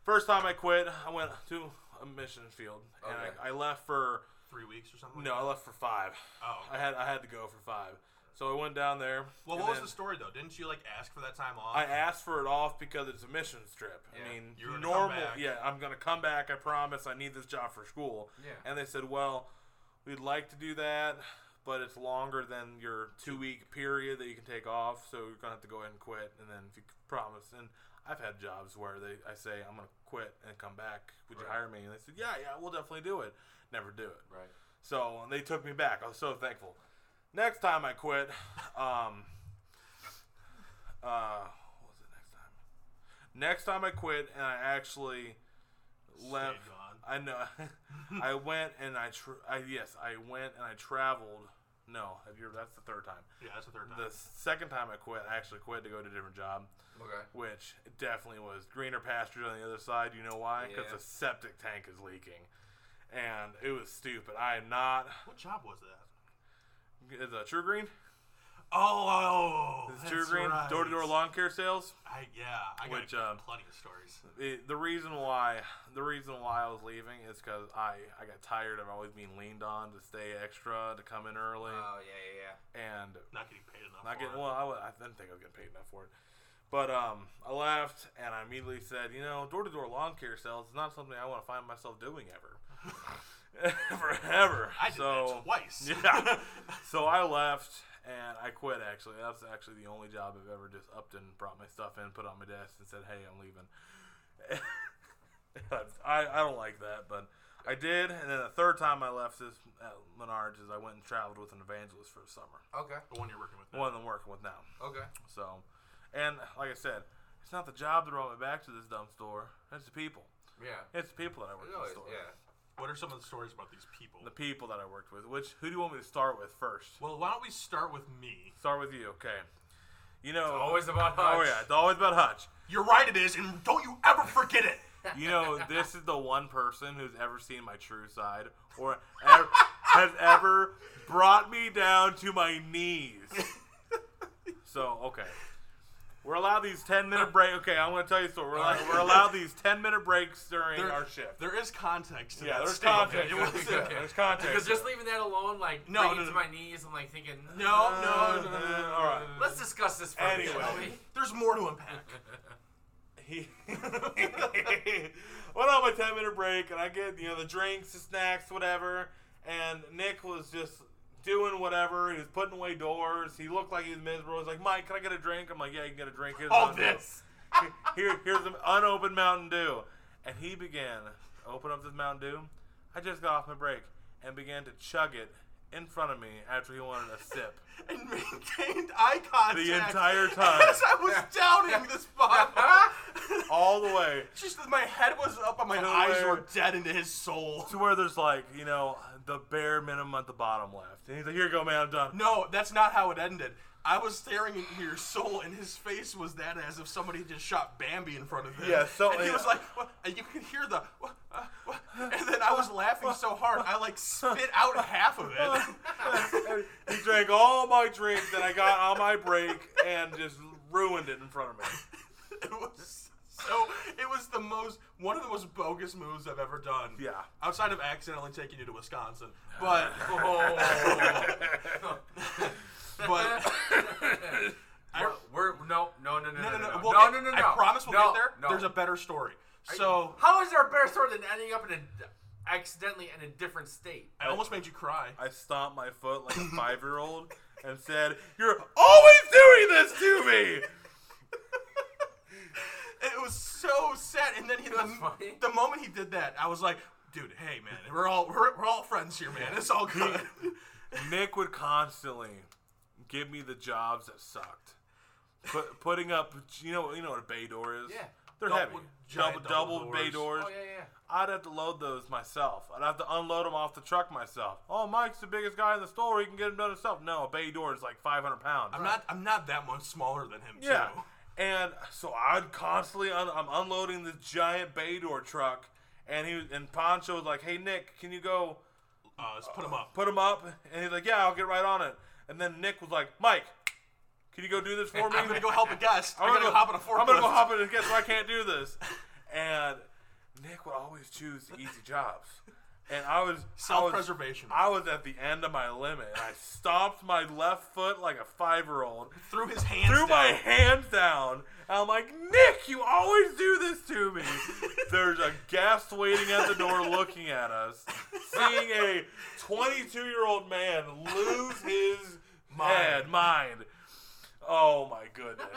Speaker 5: first time I quit, I went to a mission field and
Speaker 4: Okay.
Speaker 5: I, I left for
Speaker 3: Three weeks or something?
Speaker 5: no, I left for five.
Speaker 3: Oh.
Speaker 5: I had I had to go for five, so I went down there.
Speaker 3: Well,
Speaker 5: and
Speaker 3: what was
Speaker 5: then
Speaker 3: the story, though? Didn't you, like, ask for that time off?
Speaker 5: I asked for it off because it's a mission trip.
Speaker 4: Yeah.
Speaker 5: I mean,
Speaker 3: You're gonna come
Speaker 5: normal.
Speaker 3: back.
Speaker 5: Yeah, I'm gonna come back. I promise. I need this job for school.
Speaker 4: Yeah.
Speaker 5: And they said, well, we'd like to do that, but it's longer than your two week period that you can take off. So you're gonna have to go ahead and quit. And then if you could promise, and I've had jobs where they I say I'm gonna quit and come back. Would you
Speaker 4: Right.
Speaker 5: hire me? And they said, yeah, yeah, we'll definitely do it. Never do it.
Speaker 4: right.
Speaker 5: So and they took me back. I was so thankful. Next time I quit, um, uh, what was it next time? Next time I quit and I actually left.
Speaker 3: gone.
Speaker 5: I know. I went and I, tr I yes, I went and I traveled. No, have you? That's the third time.
Speaker 3: yeah, that's the third time.
Speaker 5: The second time I quit, I actually quit to go to a different job,
Speaker 4: Okay.
Speaker 5: which definitely was greener pastures on the other side. You know why? Because
Speaker 4: Yeah.
Speaker 5: the septic tank is leaking, and it was stupid. I am not.
Speaker 3: What job was that?
Speaker 5: Is uh, True Green?
Speaker 3: Oh, oh
Speaker 5: Is it True Green door to door
Speaker 3: law.
Speaker 5: lawn care sales?
Speaker 3: I, yeah, I got
Speaker 5: Which, um,
Speaker 3: plenty of stories.
Speaker 5: It, the reason why the reason why I was leaving is because I I got tired of always being leaned on to stay extra to come in early
Speaker 4: Oh yeah,
Speaker 5: and
Speaker 3: Not getting paid enough.
Speaker 5: not
Speaker 3: for
Speaker 5: getting
Speaker 3: it.
Speaker 5: well I, wa- I didn't think I was getting paid enough for it. But um, I left and I immediately said, you know, door to door lawn care sales is not something I want to find myself doing ever, forever.
Speaker 3: I did
Speaker 5: so
Speaker 3: that twice.
Speaker 5: yeah. So I left and I quit. Actually, that's actually the only job I've ever just upped and brought my stuff in, put it on my desk, and said, "Hey, I'm leaving." I I don't like that, but I did. And then the third time I left this at Menards is I went and traveled with an evangelist for the summer.
Speaker 4: yeah. Okay.
Speaker 3: the one you're working with. now.
Speaker 5: One that I'm working with now.
Speaker 4: Okay.
Speaker 5: So, and like I said, it's not the job that brought me back to this dumb store. It's the people.
Speaker 4: Yeah.
Speaker 5: It's the people that I worked
Speaker 4: No,
Speaker 5: with.
Speaker 4: it's,
Speaker 5: Store.
Speaker 4: yeah.
Speaker 3: What are some of the stories about these people?
Speaker 5: The people that I worked with. Which who do you want me to start with first?
Speaker 3: Well, why don't we start with me?
Speaker 5: Start with you, okay? You know,
Speaker 4: Always about Hutch.
Speaker 5: Oh yeah, it's always about Hutch.
Speaker 3: You're right, it is, and don't you ever forget it.
Speaker 5: You know, this is the one person who's ever seen my true side, or ev- has ever brought me down to my knees. So okay, we're allowed these ten minute break. Okay, I'm gonna tell you a story. We're allowed, we're allowed these ten minute breaks during
Speaker 3: There-
Speaker 5: our shift.
Speaker 3: There is context to
Speaker 5: Yeah,
Speaker 3: that
Speaker 5: there's
Speaker 3: statement.
Speaker 5: context.
Speaker 3: It wasn't-
Speaker 5: Yeah, there's context.
Speaker 4: Because just leaving that alone, like
Speaker 3: No,
Speaker 4: no,
Speaker 3: no,
Speaker 4: to
Speaker 3: no.
Speaker 4: my knees, I'm like thinking,
Speaker 3: No,
Speaker 5: Uh,
Speaker 3: no, no, no, no,
Speaker 5: uh,
Speaker 3: no.
Speaker 5: all right.
Speaker 4: Let's discuss this further.
Speaker 5: Anyway.
Speaker 4: shall we?
Speaker 3: There's more to unpack.
Speaker 5: he went on my 10 minute break and I get, you know, the drinks, the snacks, whatever. And Nick was just doing whatever. He was putting away doors. He looked like he was miserable. He's like, Mike, can I get a drink? I'm like, yeah, you can get a drink. Here's
Speaker 3: All
Speaker 5: Mountain Dew."
Speaker 3: this.
Speaker 5: Here, here's an unopened Mountain Dew. And he began open up this Mountain Dew. I just got off my break and began to chug it in front of me after he wanted a sip.
Speaker 3: and maintained eye contact
Speaker 5: entire time.
Speaker 3: As I was downing this bottle.
Speaker 5: All the way
Speaker 3: Just my head was up and my
Speaker 5: To
Speaker 3: eyes
Speaker 5: where-
Speaker 3: were dead into his soul.
Speaker 5: to where there's like, you know, the bare minimum at the bottom left. And he's like, here you go, man, I'm done.
Speaker 3: No, that's not how it ended. I was staring into your soul, and his face was that as if somebody just shot Bambi in front of him.
Speaker 5: Yeah, so-
Speaker 3: and he was like, "What?" and you could hear the, "What? Uh, what?" and then I was laughing so hard I like spit out half of it.
Speaker 5: He drank all my drinks that I got on my break and just ruined it in front of me.
Speaker 3: it was so. It was the most one of the most bogus moves I've ever done.
Speaker 5: Yeah.
Speaker 3: outside of accidentally taking you to Wisconsin, but oh. but I-
Speaker 4: we're, we're no, no, no, no,
Speaker 3: no, no, no,
Speaker 4: no,
Speaker 3: we'll
Speaker 4: no,
Speaker 3: get-
Speaker 4: no, no,
Speaker 3: I
Speaker 4: no.
Speaker 3: promise we'll
Speaker 4: No,
Speaker 3: get there.
Speaker 4: no.
Speaker 3: There's a better story. So.
Speaker 4: How is there a better story than ending up in a accidentally in a different state?
Speaker 3: I almost made you cry.
Speaker 5: I stomped my foot like a five year old and said, You're always doing this to me!
Speaker 3: It was so sad. And then he, the,
Speaker 4: That's funny.
Speaker 3: the moment he did that, I was like, dude, hey man, we're all we're, we're all friends here, man. It's all good.
Speaker 5: Nick would constantly give me the jobs that sucked. Put, putting up, you know, you know what a bay door is.
Speaker 4: Yeah.
Speaker 5: they're
Speaker 3: Double-
Speaker 5: heavy. Double,
Speaker 3: giant
Speaker 5: double,
Speaker 3: double
Speaker 5: bay doors.
Speaker 4: Oh yeah, yeah.
Speaker 5: I'd have to load those myself. I'd have to unload them off the truck myself. Oh, Mike's the biggest guy in the store. He can get them done himself. No, a bay door is like 500 pounds.
Speaker 3: I'm not I'm not that much smaller than him.
Speaker 5: Yeah.
Speaker 3: Too.
Speaker 5: And so I'd constantly un- I'm unloading this giant bay door truck, and he was- and Poncho was like, "Hey Nick, can you go
Speaker 3: Uh, let's put him up.
Speaker 5: put him up?" And he's like, "Yeah, I'll get right on it." And then Nick was like, "Mike, can you go do this for me?"
Speaker 3: I'm gonna go help a guest. I'm, gonna, go hop on a forklift.
Speaker 5: I'm gonna go hop in and guess I can't do this. And Nick would always choose the easy jobs, and I was I was-
Speaker 3: Self-preservation.
Speaker 5: I was at the end of my limit, and I stomped my left foot like a five-year-old,
Speaker 3: Threw his hands.
Speaker 5: threw
Speaker 3: down.
Speaker 5: my hands down. And I'm like, Nick, you always do this to me. There's a guest waiting at the door looking at us, seeing a 22 year old man lose his mind. mind. Oh my goodness.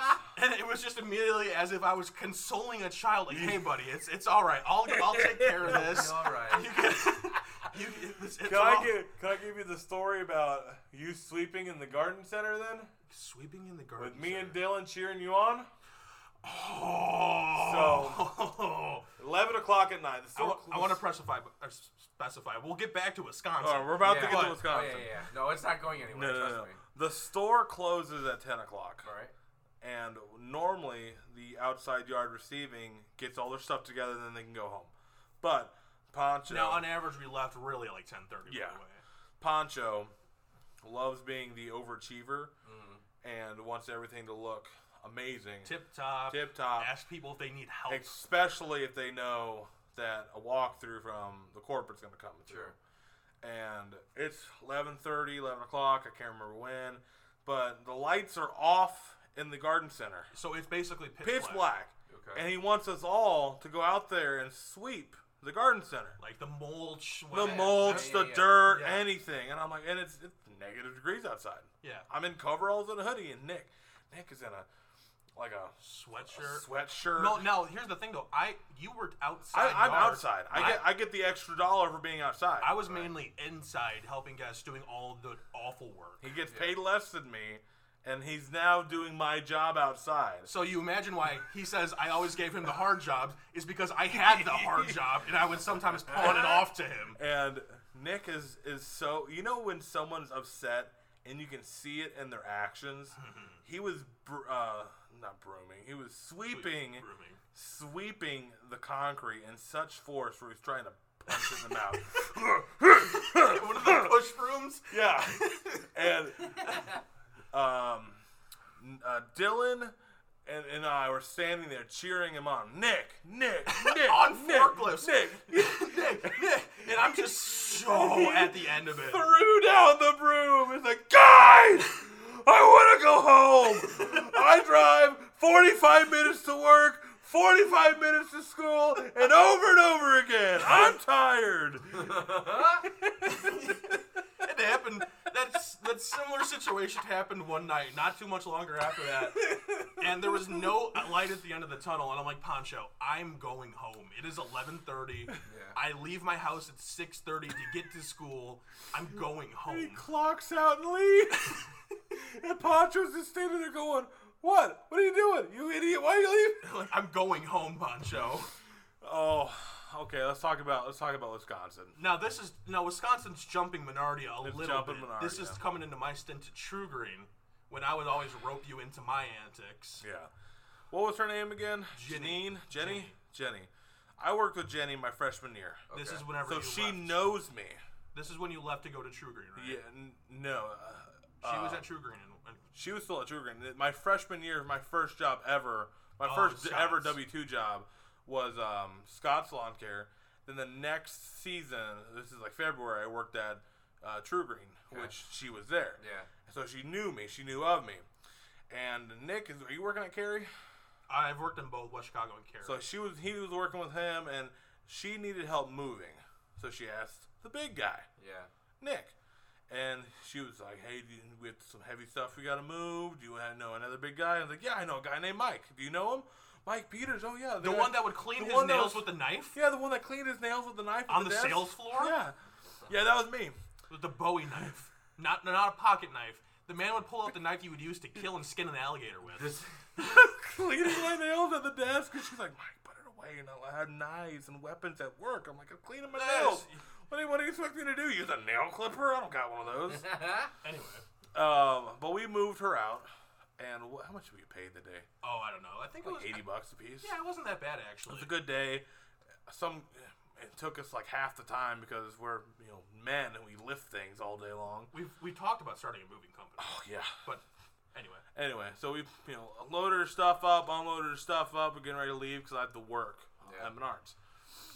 Speaker 3: And it was just immediately as if I was consoling a child. Like, hey buddy, it's it's all right. I'll I'll take care of this.
Speaker 4: All right.
Speaker 3: You can. You, it's, it's
Speaker 5: Can I,
Speaker 3: all-
Speaker 5: give, can I give you the story about you sweeping in the garden center then?
Speaker 3: sweeping in the garden?
Speaker 5: With me and
Speaker 3: sir.
Speaker 5: Dylan cheering you on?
Speaker 3: Oh.
Speaker 5: 11 o'clock at night. The
Speaker 3: I
Speaker 5: store closes-
Speaker 3: want to specify, or s- specify. We'll get back to Wisconsin.
Speaker 5: All right, we're about
Speaker 4: Yeah.
Speaker 5: to get to
Speaker 3: Oh,
Speaker 4: Oh,
Speaker 5: Wisconsin.
Speaker 4: yeah, yeah, yeah. No, it's not going
Speaker 5: No,
Speaker 4: anywhere.
Speaker 5: no,
Speaker 4: trust
Speaker 5: no, no.
Speaker 4: me.
Speaker 5: The store closes at 10 o'clock.
Speaker 4: All right.
Speaker 5: And normally, the outside yard receiving gets all their stuff together and then they can go home. But Poncho,
Speaker 3: now, on average, we left really like ten thirty.
Speaker 5: Yeah.
Speaker 3: By the way.
Speaker 5: Poncho loves being the overachiever
Speaker 4: Mm.
Speaker 5: and wants everything to look amazing.
Speaker 3: Tip top.
Speaker 5: Tip top.
Speaker 3: Ask people if they need help.
Speaker 5: Especially if they know that a walkthrough from the corporate's going to come through.
Speaker 4: Sure.
Speaker 5: and it's 11.30 11 o'clock i can't remember when but the lights are off in the garden center
Speaker 3: so it's basically pitch,
Speaker 5: pitch black
Speaker 4: Okay.
Speaker 5: and he wants us all to go out there and sweep the garden center
Speaker 3: Like the mulch.
Speaker 5: the
Speaker 3: whatever.
Speaker 5: mulch
Speaker 4: Yeah,
Speaker 5: the
Speaker 4: yeah, yeah.
Speaker 5: dirt
Speaker 3: Yeah.
Speaker 5: anything and i'm like and it's, it's negative degrees outside
Speaker 3: Yeah.
Speaker 5: i'm in coveralls and a hoodie and nick nick is in a like a
Speaker 4: Er,
Speaker 3: Sweatshirt.
Speaker 5: sweatshirt
Speaker 3: No, now here's the thing though. I you were outside.
Speaker 5: I, i'm
Speaker 3: yard.
Speaker 5: outside I,
Speaker 3: I-
Speaker 5: get i get the extra dollar for being outside
Speaker 3: I was mainly inside helping guys doing all the awful work.
Speaker 5: He gets paid less than me, and he's now doing my job outside.
Speaker 3: So you imagine why he says I always gave him the hard jobs is because I had the hard job and I would sometimes pawn it off to him.
Speaker 5: And Nick is is so you know when someone's upset and you can see it in their actions. he was br- uh, not brooming. He was sweeping,
Speaker 3: Grooming.
Speaker 5: sweeping the concrete in such force where he's trying to punch it in the mouth.
Speaker 3: One of the push rooms.
Speaker 5: Yeah. and um, uh, Dylan and, and I were standing there cheering him on. Nick, Nick, Nick,
Speaker 3: On
Speaker 5: Nick,
Speaker 3: forklifts.
Speaker 5: Nick.
Speaker 3: Nick, Nick, and I'm just so at the end of it.
Speaker 5: threw down the broom and like, guys, I want to go home. I drive 45 minutes to work, 45 minutes to school, and over and over again. I'm tired.
Speaker 3: It happened. That's that a similar situation happened one night, not too much longer after that, and there was no light at the end of the tunnel. And I'm like, Poncho, I'm going home. It is 11:30. I leave my house at 6:30 to get to school. I'm going home.
Speaker 5: clocks out and leaves. and Poncho's just standing there going, What? What are you doing? You idiot, why are you leaving?
Speaker 3: Like, I'm going home, Poncho.
Speaker 5: Oh, okay, let's talk about let's talk about Wisconsin.
Speaker 3: Now this is now Wisconsin's jumping minority a
Speaker 5: It's
Speaker 3: little
Speaker 5: jumping
Speaker 3: bit.
Speaker 5: Menardi,
Speaker 3: this is
Speaker 5: yeah.
Speaker 3: coming into my stint at True Green, when I would always rope you into my antics.
Speaker 5: Yeah. What was her name again?
Speaker 3: Jenny.
Speaker 5: Janine? Jenny? Jenny. I worked with Jenny my freshman year.
Speaker 3: This
Speaker 4: Okay.
Speaker 3: is whenever
Speaker 5: So
Speaker 3: you
Speaker 5: she
Speaker 3: left.
Speaker 5: knows me.
Speaker 3: This is when you left to go to True Green, right?
Speaker 5: Yeah, n- no. Uh,
Speaker 3: She was
Speaker 5: uh,
Speaker 3: at True Green, and, and
Speaker 5: she was still at True Green. My freshman year, my first job ever, my
Speaker 3: Oh,
Speaker 5: first
Speaker 3: Scott's.
Speaker 5: ever W two job was um, Scott's Lawn Care. Then the next season, this is like February, I worked at uh, True Green, which she was there.
Speaker 4: Yeah.
Speaker 5: So she knew me. She knew of me. And Nick, is, are you working at Carrie?
Speaker 3: I've worked in both West Chicago and Cary.
Speaker 5: So she was. He was working with him, and she needed help moving. So she asked the big guy.
Speaker 4: Yeah.
Speaker 5: Nick. And she was like, hey, do you- we have some heavy stuff we got to move. Do you wanna know another big guy? I was like, yeah, I know a guy named Mike. Do you know him? Mike Peters. Oh, yeah.
Speaker 3: the one that would clean
Speaker 5: the
Speaker 3: his
Speaker 5: one that
Speaker 3: nails
Speaker 5: was-
Speaker 3: with the knife
Speaker 5: Yeah, the one that cleaned his nails with the knife. at
Speaker 3: on the,
Speaker 5: desk.
Speaker 3: sales floor
Speaker 5: Yeah. Yeah, that was me.
Speaker 3: with the Bowie knife, not not a pocket knife. The man would pull out the knife you would use to kill and skin an alligator with.
Speaker 4: This
Speaker 5: Cleaning my nails at the desk. And she's like, Mike, put it away. You're not allowed to have knives and weapons at work. I'm like, I'm cleaning my
Speaker 3: Yes.
Speaker 5: nails. What do, you, what do you expect me to do? Use a nail clipper? I don't got one of those.
Speaker 3: anyway,
Speaker 5: um, but we moved her out. And wh- how much did we get paid the day?
Speaker 3: oh I don't know. I think it was
Speaker 5: Like 80 bucks a piece.
Speaker 3: Yeah, it wasn't that bad actually.
Speaker 5: It was a good day. Some it took us like half the time because we're you know men and we lift things all day long.
Speaker 3: We've we talked about starting a moving company,
Speaker 5: Oh yeah.
Speaker 3: but anyway,
Speaker 5: Anyway, so we you know loaded her stuff up, unloaded her stuff up. We're getting ready to leave because I have to work uh,
Speaker 4: Yeah.
Speaker 5: at Menards.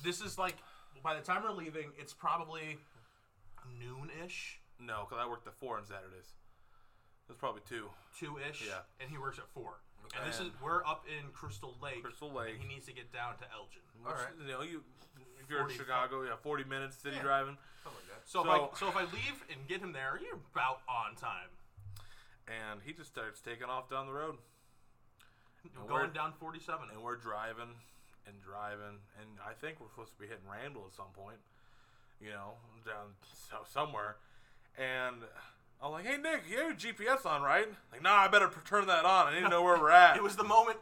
Speaker 3: this is like by the time we're leaving, it's probably noon ish,
Speaker 5: No, because I worked at four on Saturdays. There's probably two.
Speaker 3: two ish,
Speaker 5: Yeah.
Speaker 3: and he works at four. And this is
Speaker 5: And-
Speaker 3: we're up in Crystal Lake.
Speaker 5: Crystal Lake.
Speaker 3: And he needs to get down to Elgin.
Speaker 5: Which,
Speaker 4: right.
Speaker 5: You know you. If you're in
Speaker 3: 40
Speaker 5: Chicago, yeah, 40 minutes city driving,
Speaker 4: something like that.
Speaker 3: So, if I, so
Speaker 5: So-
Speaker 3: if I leave and get him there, you're about on time.
Speaker 5: and he just starts taking off down the road.
Speaker 3: You're
Speaker 5: And
Speaker 3: going
Speaker 5: we're-
Speaker 3: down 47.
Speaker 5: and we're driving and driving, and I think we're supposed to be hitting Randall at some point, you know, down so somewhere. And I'm like, "Hey Nick, you have your GPS on, right?" Like, "Nah, I better p- turn that on. I need to know where we're at."
Speaker 3: It was the moment,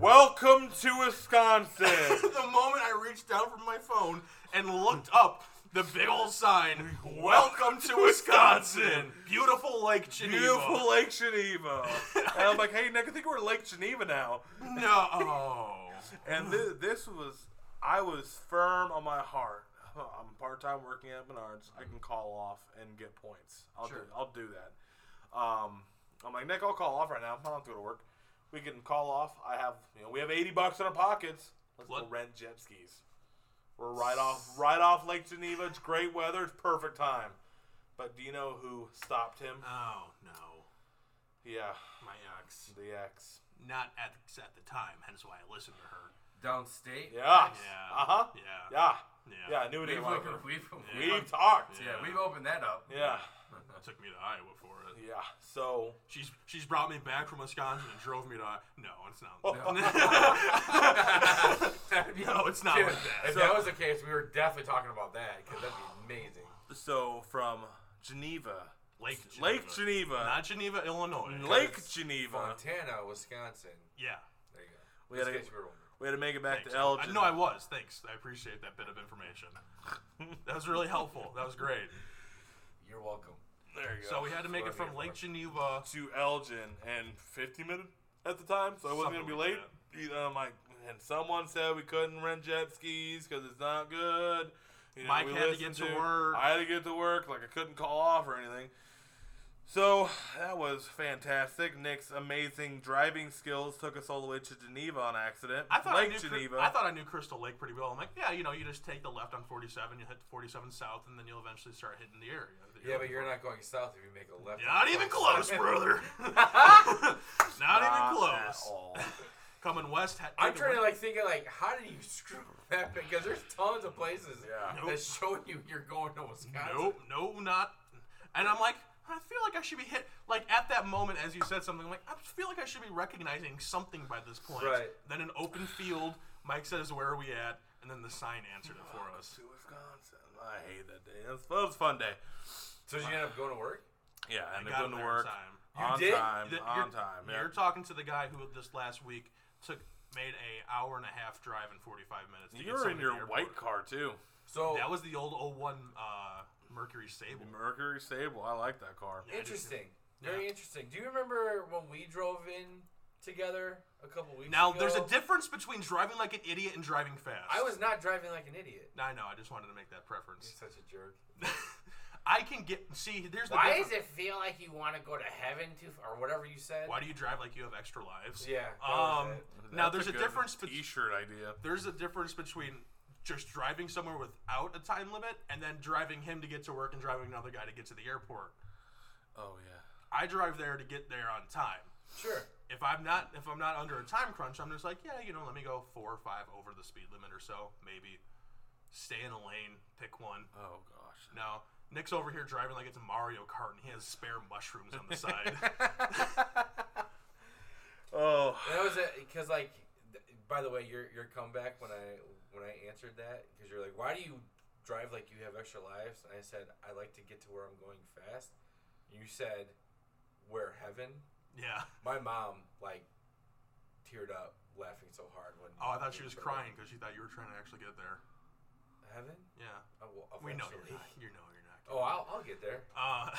Speaker 5: Welcome to Wisconsin.
Speaker 3: the moment I reached down from my phone and looked up the big old sign. Welcome to Wisconsin, beautiful Lake Geneva.
Speaker 5: Beautiful Lake Geneva. and I'm like, "Hey Nick, I think we're at Lake Geneva now."
Speaker 3: No. Oh,
Speaker 5: And this, this was, I was firm on my heart. I'm part time working at Menards. I can call off and get points. I'll do,
Speaker 4: Sure.
Speaker 5: I'll do that. Um, I'm like Nick. I'll call off right now. I don't have to go to work. We can call off. I have, you know, we have 80 bucks in our pockets. Let's go
Speaker 3: What?
Speaker 5: rent jet skis. We're right off, right off Lake Geneva. It's great weather. It's perfect time. But do you know who stopped him?
Speaker 3: Oh no,
Speaker 5: Yeah,
Speaker 3: my ex.
Speaker 5: the ex.
Speaker 3: Not at at the time, hence why I listened to her.
Speaker 4: Downstate.
Speaker 5: Yeah.
Speaker 3: Yeah.
Speaker 5: Uh huh.
Speaker 3: Yeah.
Speaker 5: Yeah.
Speaker 3: Yeah.
Speaker 5: Yeah. I knew it.
Speaker 4: We've,
Speaker 5: didn't like her.
Speaker 4: we've, we've,
Speaker 5: We've talked.
Speaker 4: yeah, we've opened that up.
Speaker 5: Yeah.
Speaker 3: Took me to Iowa for it.
Speaker 5: Yeah. So
Speaker 3: She's she's brought me back from Wisconsin and drove me to. No, it's not.
Speaker 5: Oh.
Speaker 4: That'd be-
Speaker 3: No, it's not
Speaker 4: Dude,
Speaker 3: like that.
Speaker 4: If that was the case, we were definitely talking about that because that'd be amazing.
Speaker 5: so from Geneva,
Speaker 3: Lake Geneva.
Speaker 5: Lake Geneva,
Speaker 3: Not Geneva, Illinois.
Speaker 5: Lake Geneva.
Speaker 4: Montana, Wisconsin.
Speaker 3: Yeah.
Speaker 4: There you go.
Speaker 5: We had,
Speaker 4: Just
Speaker 5: to,
Speaker 4: in case you were wondering.
Speaker 5: we had to make it back
Speaker 3: Thanks.
Speaker 5: to Elgin.
Speaker 3: I, no, I was. Thanks. I appreciate that bit of information. that was really helpful. That was great.
Speaker 4: You're welcome.
Speaker 5: there you go.
Speaker 3: So we had to make it
Speaker 4: That's what I'm
Speaker 3: from
Speaker 4: here
Speaker 3: Lake
Speaker 4: for.
Speaker 3: Geneva.
Speaker 5: to Elgin and 50 minutes at the time, so I wasn't
Speaker 3: Something
Speaker 5: gonna be
Speaker 3: like
Speaker 5: late. You know, I'm like, and someone said we couldn't rent jet skis because it's not good. You know,
Speaker 3: Mike
Speaker 5: we
Speaker 3: had to
Speaker 5: listened
Speaker 3: get to work.
Speaker 5: I had to get to work. Like I couldn't call off or anything. So that was fantastic. Nick's amazing driving skills took us all the way to Geneva on accident.
Speaker 3: I thought I
Speaker 5: Lake
Speaker 3: knew Cr-
Speaker 5: Geneva.
Speaker 3: I thought I knew Crystal Lake pretty well. I'm like, yeah, you know, you just take the left on 47, you hit 47 south, and then you'll eventually start hitting the area. that
Speaker 4: Yeah, but
Speaker 3: looking
Speaker 4: you're
Speaker 3: for.
Speaker 4: not going south if you make a left.
Speaker 3: Not even close, brother. not even
Speaker 5: Not at
Speaker 3: close.
Speaker 5: all.
Speaker 3: Coming west. ha-
Speaker 4: I'm
Speaker 3: taking
Speaker 4: trying to
Speaker 3: west-
Speaker 4: like thinking like, how did you screw that? Because there's tons of places
Speaker 5: Yeah.
Speaker 4: that show you you're going to Wisconsin.
Speaker 3: Nope, no, not. And I'm like, I feel like I should be hit. Like at that moment, as you said something, I'm like I feel like I should be recognizing something by this point.
Speaker 4: Right.
Speaker 3: Then an open field. Mike says, "Where are we at?" And then the sign answered it for us.
Speaker 5: to Wisconsin. I hate that day. That was, that was a fun day.
Speaker 4: So did you end up going to work?
Speaker 5: Yeah, I ended up
Speaker 3: got
Speaker 5: going to
Speaker 3: him there in
Speaker 5: work
Speaker 3: time.
Speaker 4: You
Speaker 5: on
Speaker 4: did?
Speaker 5: time.
Speaker 3: Th- you're-
Speaker 5: on time. Yeah.
Speaker 3: You're talking to the guy who this last week took made a hour and a half drive and 45 minutes. To get
Speaker 5: You're
Speaker 3: someone
Speaker 5: in
Speaker 3: to
Speaker 5: your
Speaker 3: the airport.
Speaker 5: white car too.
Speaker 4: So
Speaker 3: That was the old 01 uh, Mercury Sable.
Speaker 5: Mercury Sable. I like that car.
Speaker 4: interesting. Very interesting. Do you remember when we drove in together a couple weeks
Speaker 3: Now
Speaker 4: ago?
Speaker 3: there's a difference between driving like an idiot and driving fast.
Speaker 4: I was not driving like an idiot.
Speaker 3: I know. I just wanted to make that preference.
Speaker 4: Such a jerk.
Speaker 3: I can get. See, there's the.
Speaker 6: Why
Speaker 3: difference.
Speaker 6: does it feel like you want to go to heaven too, f- or whatever you said?
Speaker 3: Why do you drive like you have extra lives?
Speaker 4: Yeah. that was
Speaker 3: Um.
Speaker 4: it.
Speaker 3: Now
Speaker 5: That's
Speaker 3: there's a,
Speaker 5: good
Speaker 3: difference. bet-
Speaker 5: T-shirt idea.
Speaker 3: there's a difference between just driving somewhere without a time limit and then driving him to get to work and driving another guy to get to the airport.
Speaker 5: Oh yeah.
Speaker 3: I drive there to get there on time.
Speaker 4: Sure.
Speaker 3: If I'm not if I'm not under a time crunch, I'm just like, yeah, you know, let me go four or five over the speed limit or so, maybe. Stay in a lane, pick one.
Speaker 5: Oh gosh.
Speaker 3: No, Nick's over here driving like it's Mario Kart and he has spare mushrooms on the side.
Speaker 5: Oh.
Speaker 4: That was it because like, th- by the way, your your comeback when I when I answered that because you're like, why do you drive like you have extra lives? And I said I like to get to where I'm going fast. You said, where heaven?
Speaker 3: yeah.
Speaker 4: My mom like teared up laughing so hard when.
Speaker 3: Oh, I thought she was
Speaker 4: when-
Speaker 3: crying because she thought you were trying to actually get there.
Speaker 4: Heaven? Oh,
Speaker 3: Yeah.
Speaker 4: I will
Speaker 3: We know
Speaker 4: eventually.
Speaker 3: you're not. You know you're not.
Speaker 4: Oh, I'll, I'll get there.
Speaker 3: Uh,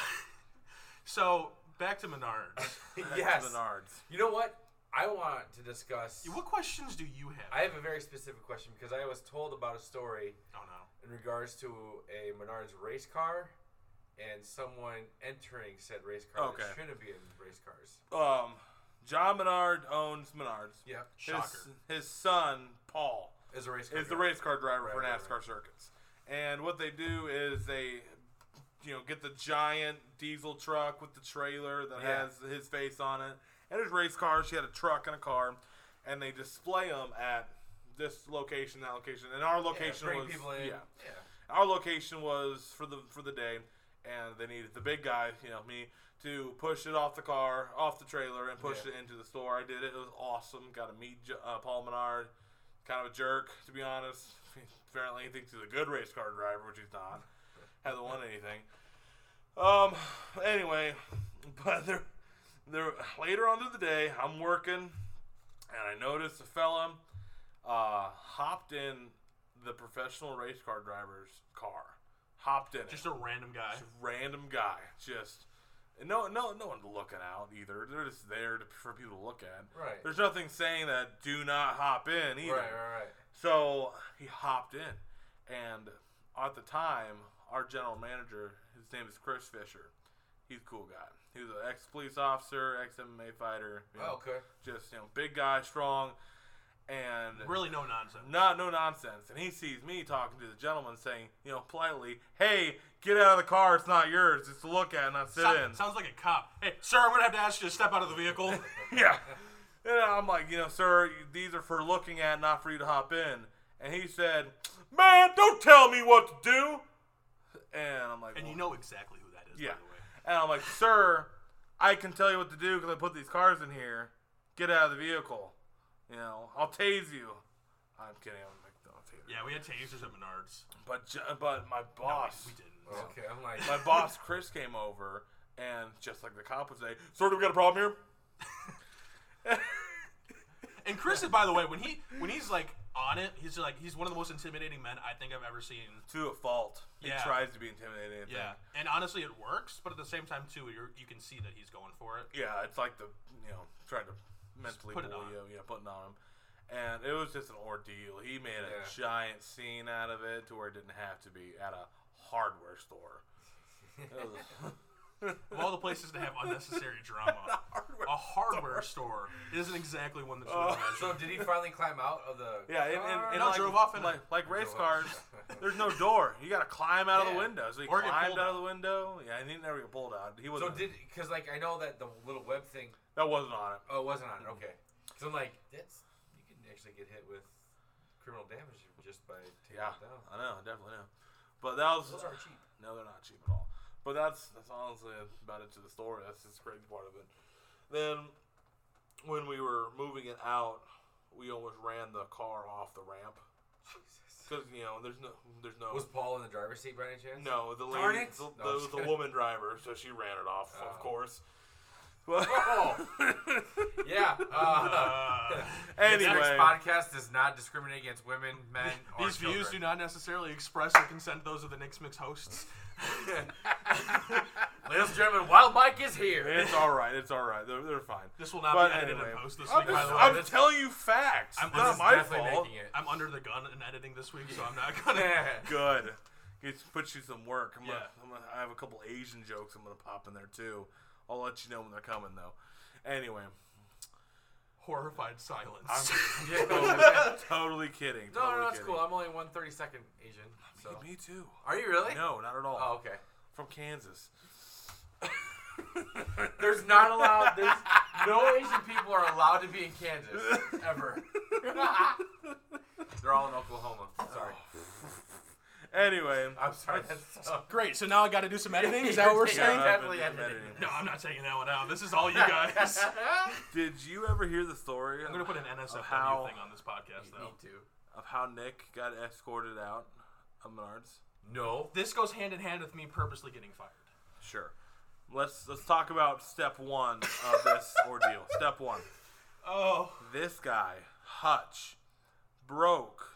Speaker 3: so back to Menards.
Speaker 4: yes.
Speaker 5: Menards.
Speaker 4: You know what? I want to discuss.
Speaker 3: what questions do you have?
Speaker 4: I have a very specific question because I was told about a story
Speaker 3: don't know.
Speaker 4: in regards to a Menards race car and someone entering said race car
Speaker 5: Okay.
Speaker 4: that shouldn't be in race cars.
Speaker 5: Um. John Menard owns Menards.
Speaker 4: Yep.
Speaker 5: His,
Speaker 3: Shocker.
Speaker 5: his son Paul
Speaker 4: Is a race car.
Speaker 5: is the
Speaker 4: driver.
Speaker 5: race car driver
Speaker 4: Right,
Speaker 5: for
Speaker 4: right,
Speaker 5: NASCAR circuits, and what they do is they, you know, get the giant diesel truck with the trailer that
Speaker 4: Yeah.
Speaker 5: has his face on it, and his race cars. She had a truck and a car, and they display them at this location, that location, and our location
Speaker 4: bring
Speaker 5: was
Speaker 4: people in.
Speaker 5: yeah,
Speaker 4: Yeah.
Speaker 5: our location was for the for the day, and they needed the big guy, you know me, to push it off the car, off the trailer, and push
Speaker 4: Yeah.
Speaker 5: it into the store. I did it. It was awesome. Got to meet J- uh, Paul Menard, kind of a jerk to be honest. Apparently, he thinks he's a good race car driver, which he's not. Hasn't won anything. Um. Anyway, but there, there later on through the day, I'm working, and I noticed a fella uh, hopped in the professional race car driver's car. Hopped in
Speaker 3: Just
Speaker 5: it.
Speaker 3: a random guy.
Speaker 5: Just random guy. Just and no, no, no one looking out either. They're just there to, for people to look at.
Speaker 4: Right.
Speaker 5: There's nothing saying that do not hop in either.
Speaker 4: Right, right, right.
Speaker 5: So he hopped in, and at the time, our general manager, his name is Chris Fisher. He's a cool guy. He was an ex police officer, ex MMA fighter. you know,
Speaker 4: Oh, okay.
Speaker 5: Just you know, big guy, strong, and
Speaker 3: Really, no nonsense.
Speaker 5: not no nonsense. And he sees me talking to the gentleman, saying, you know, politely, "Hey, get out of the car. It's not yours. It's to look at, not sit
Speaker 3: Sound-
Speaker 5: in."
Speaker 3: sounds like a cop. Hey, sir, I'm gonna have to ask you to step out of the vehicle.
Speaker 5: yeah. And I'm like, you know, sir, you- these are for looking at, not for you to hop in. And he said, man, don't tell me what to do. And I'm like,
Speaker 3: and you
Speaker 5: "Well,
Speaker 3: know exactly who that is,
Speaker 5: yeah.
Speaker 3: by the way.
Speaker 5: And I'm like, sir, I can tell you what to do because I put these cars in here. Get out of the vehicle. You know, I'll tase you. I'm kidding. I'm like, don't tase you.
Speaker 3: Yeah, we had tasers at Menards.
Speaker 5: But, ju- but my boss,
Speaker 3: We didn't.
Speaker 4: Okay, I'm like,
Speaker 5: my boss Chris came over, and just like the cop would say, sir, do we got a problem here?
Speaker 3: And Chris is, by the way, when he when he's like on it, he's like he's one of the most intimidating men I think I've ever seen.
Speaker 5: To a fault. He
Speaker 3: Yeah.
Speaker 5: tries to be intimidating. I think.
Speaker 3: Yeah, and honestly, it works. But at the same time, too, you you can see that he's going for it.
Speaker 5: yeah, it's like the you know trying to mentally
Speaker 3: put it
Speaker 5: bully
Speaker 3: on.
Speaker 5: you, yeah, putting on him. And it was just an ordeal. He made a
Speaker 4: Yeah.
Speaker 5: giant scene out of it to where it didn't have to be at a hardware store. It was
Speaker 3: Of all the places to have unnecessary drama,
Speaker 5: hardware
Speaker 3: a hardware store Oh. isn't exactly one that you would imagine.
Speaker 4: so did he finally climb out of the?
Speaker 5: yeah, and, and,
Speaker 4: car?
Speaker 5: and
Speaker 3: No,
Speaker 5: like,
Speaker 3: drove off in
Speaker 5: like,
Speaker 3: it.
Speaker 5: like race
Speaker 4: Drove
Speaker 5: cars.
Speaker 4: off.
Speaker 5: There's no door. You gotta climb out of the
Speaker 4: Yeah.
Speaker 5: window. So he
Speaker 3: Or get
Speaker 5: climbed
Speaker 3: pulled
Speaker 5: out
Speaker 3: out.
Speaker 5: of the window. Yeah, and he never got pulled out. He
Speaker 4: So
Speaker 5: wasn't.
Speaker 4: did because like I know that the little web thing.
Speaker 5: that wasn't on it.
Speaker 4: Oh, it wasn't on it. Okay.
Speaker 5: Mm-hmm.
Speaker 4: Because I'm like, that's you can actually get hit with criminal damage just by taking
Speaker 5: Yeah,
Speaker 4: it down.
Speaker 5: I know, I definitely know. But that was
Speaker 4: Those aren't cheap.
Speaker 5: No, they're not cheap at all. But that's that's honestly about it to the story. That's just a great part of it. Then when we were moving it out, we almost ran the car off the ramp because you know there's no there's no
Speaker 7: Was Paul in the driver's seat by any chance?
Speaker 5: no the
Speaker 4: Darn
Speaker 5: lady
Speaker 4: it.
Speaker 5: the,
Speaker 7: No, I'm
Speaker 5: the,
Speaker 7: just
Speaker 5: the
Speaker 7: kidding.
Speaker 5: woman driver, so she ran it off, of
Speaker 7: Oh.
Speaker 5: course.
Speaker 7: Yeah. Uh,
Speaker 3: Uh,
Speaker 4: This next
Speaker 5: anyway,
Speaker 4: podcast does not discriminate against women, men, or
Speaker 3: these views do
Speaker 4: children.
Speaker 3: not necessarily express or consent those of the Knicks Mix hosts.
Speaker 4: Ladies and gentlemen, Wild Mike is here.
Speaker 5: it's all right. It's all right. They're, they're fine.
Speaker 3: This will not
Speaker 5: But
Speaker 3: be edited
Speaker 5: anyway,
Speaker 3: and post this
Speaker 5: I'm,
Speaker 3: week, by
Speaker 5: just,
Speaker 3: the
Speaker 5: I'm
Speaker 3: way.
Speaker 4: This-
Speaker 5: telling you facts.
Speaker 3: I'm-
Speaker 5: It's
Speaker 3: this
Speaker 5: not
Speaker 3: is
Speaker 5: my
Speaker 4: definitely
Speaker 5: fault.
Speaker 4: making it.
Speaker 3: I'm under the gun in editing this week, so I'm not gonna.
Speaker 5: Good. It's put you some work. I'm gonna,
Speaker 3: Yeah.
Speaker 5: I'm gonna, I have a couple Asian jokes I'm gonna pop in there too. I'll let you know when they're coming though. Anyway,
Speaker 3: Horrified silence.
Speaker 4: Yeah.
Speaker 5: totally kidding.
Speaker 4: No,
Speaker 5: totally
Speaker 4: no, it's
Speaker 5: kidding.
Speaker 4: cool. I'm only one thirty second Asian. So.
Speaker 5: Me too.
Speaker 4: Are you really?
Speaker 5: No, not at all.
Speaker 4: Oh, okay.
Speaker 5: From Kansas.
Speaker 4: There's not allowed. There's no Asian people are allowed to be in Kansas ever. They're all in Oklahoma. Sorry.
Speaker 5: Oh. Anyway,
Speaker 4: I'm sorry. That's so
Speaker 3: Great. So now I got to do some editing. Is that what we're
Speaker 4: Yeah.
Speaker 3: saying?
Speaker 4: definitely
Speaker 5: I've been
Speaker 4: editing.
Speaker 5: editing.
Speaker 3: No, I'm not taking that one out. This is all you guys.
Speaker 5: Did you ever hear the story?
Speaker 3: I'm gonna put an NSFW
Speaker 5: how-
Speaker 3: thing on this podcast,
Speaker 4: Me
Speaker 3: though.
Speaker 4: too.
Speaker 5: of how Nick got escorted out of Menards?
Speaker 4: No.
Speaker 3: This goes hand in hand with me purposely getting fired.
Speaker 5: Sure. Let's let's talk about step one of this ordeal. Step one.
Speaker 3: Oh,
Speaker 5: This guy Hutch broke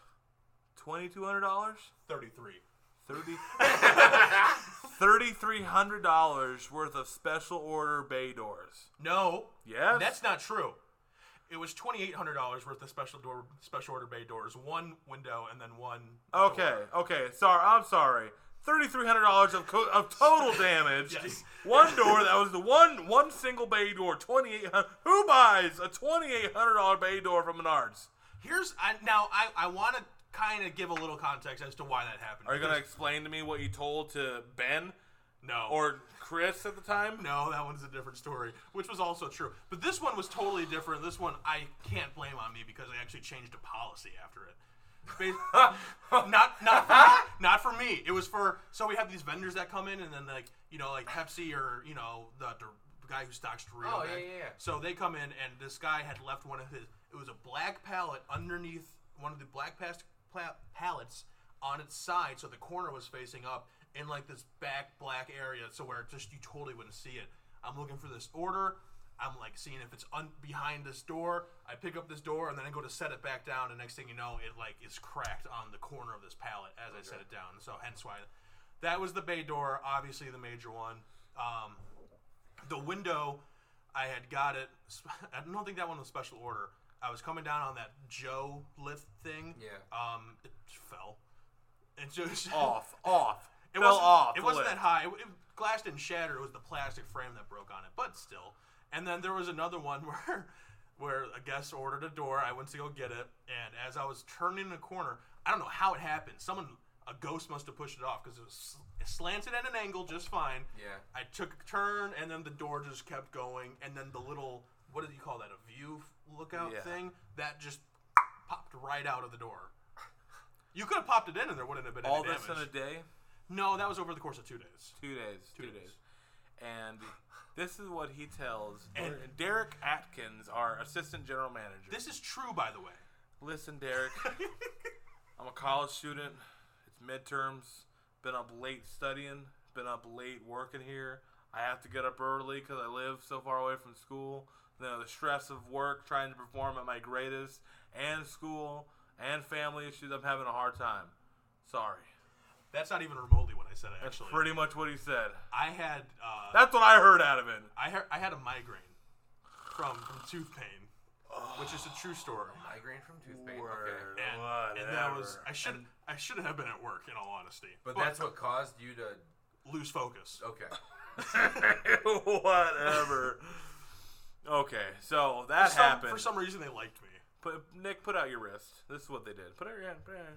Speaker 5: twenty two hundred dollars.
Speaker 3: 33.
Speaker 5: Thirty three hundred dollars worth of special order bay doors.
Speaker 3: No,
Speaker 5: Yes,
Speaker 3: that's not true. It was twenty eight hundred dollars worth of special door, special order bay doors, one window, and then one.
Speaker 5: okay. Okay, sorry, I'm sorry. Thirty three hundred dollars of co- of total damage.
Speaker 3: Yes.
Speaker 5: One door that was the one one single bay door. Twenty eight hundred. Who buys a twenty eight hundred dollar bay door from Menards?
Speaker 3: Here's I, now I I want to kind of give a little context as to why that happened.
Speaker 5: Are you gonna explain to me what you told to Ben
Speaker 3: no
Speaker 5: or Chris at the time?
Speaker 3: No, that one's a different story, which was also true. But this one was totally different. This one I can't blame on me because I actually changed a policy after it. Ba- not not for me, not for me. It was for so we have these vendors that come in and then like you know like Pepsi or you know the, the guy who stocks Dorito.
Speaker 4: Oh, yeah,
Speaker 3: bags.
Speaker 4: yeah, yeah.
Speaker 3: So they come in and this guy had left one of his. It was a black pallet underneath one of the black past, pla- pallets on its side, so the corner was facing up in like this back black area, so where it just you totally wouldn't see it. I'm looking for this order. I'm like seeing if it's un- behind this door. I pick up this door and then I go to set it back down. And next thing you know, it like is cracked on the corner of this pallet as I set it down. So hence why that was the bay door, obviously the major one. Um, the window i had got it i don't think that one was special order i was coming down on that joe lift thing
Speaker 4: Yeah.
Speaker 3: um it fell it just
Speaker 5: Off, off.
Speaker 3: it
Speaker 5: fell
Speaker 3: wasn't,
Speaker 5: off.
Speaker 3: it
Speaker 5: the
Speaker 3: wasn't
Speaker 5: lid.
Speaker 3: that high it, it- glass didn't shatter it was the plastic frame that broke on it but still and then there was another one where where a guest ordered a door i went to go get it and as i was turning the corner i don't know how it happened someone a ghost must have pushed it off because it was sl- slanted at an angle just fine
Speaker 4: Yeah.
Speaker 3: I took a turn, and then the door just kept going, and then the little what do you call that? A view f- lookout
Speaker 5: Yeah.
Speaker 3: thing that just popped right out of the door. You could have popped it in, and there wouldn't have been
Speaker 5: All
Speaker 3: any
Speaker 5: this
Speaker 3: damage.
Speaker 5: in a day,
Speaker 3: no, that was over the course of two days.
Speaker 5: two days, two,
Speaker 3: days.
Speaker 5: days. and this is what he tells
Speaker 3: And-
Speaker 5: Derek Atkins, our assistant general manager.
Speaker 3: This is true, by the way.
Speaker 5: Listen, Derek, I'm a college student. It's midterms. Been up late studying. Been up late working here. I have to get up early because I live so far away from school. You know, the stress of work, trying to perform at my greatest, and school, and family issues. I'm having a hard time. Sorry.
Speaker 3: That's not even remotely what I said.
Speaker 5: That's
Speaker 3: Actually,
Speaker 5: pretty much what he said.
Speaker 3: I had uh,
Speaker 5: That's what I heard out of it.
Speaker 3: I had I had a migraine from from tooth pain, which is a true story.
Speaker 4: Migraine from toothpaste.
Speaker 5: Word.
Speaker 4: Okay.
Speaker 3: And, and that was
Speaker 5: Oh Whatever.
Speaker 3: I should I should have been at work in all honesty.
Speaker 7: but that's what caused you to.
Speaker 3: lose focus.
Speaker 5: Oh,
Speaker 7: Okay.
Speaker 5: Whatever. okay, so that
Speaker 3: Some-
Speaker 5: happened.
Speaker 3: for some reason, they liked me.
Speaker 5: Put, Nick, put out your wrist. This is what they did. Put out your hand. Put out your hand.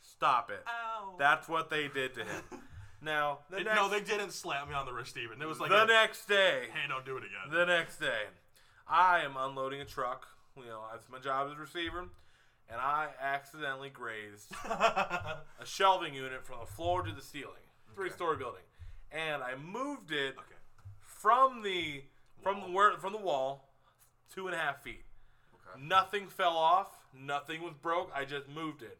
Speaker 5: Stop it.
Speaker 3: Oh.
Speaker 5: That's what they did to him. now, the,
Speaker 3: It-
Speaker 5: next,
Speaker 3: no, they didn't slap me on the wrist even. It was like,
Speaker 5: the
Speaker 3: a,
Speaker 5: next day,
Speaker 3: hey, don't do it again.
Speaker 5: the next day, I am unloading a truck. You know, that's my job as a receiver, and I accidentally grazed a shelving unit from the floor to the ceiling, three-story building, and I moved it
Speaker 3: Okay.
Speaker 5: from the from the
Speaker 3: Wall.
Speaker 5: where from the wall two and a half feet.
Speaker 4: Okay.
Speaker 5: Nothing fell off. Nothing was broke. I just moved it.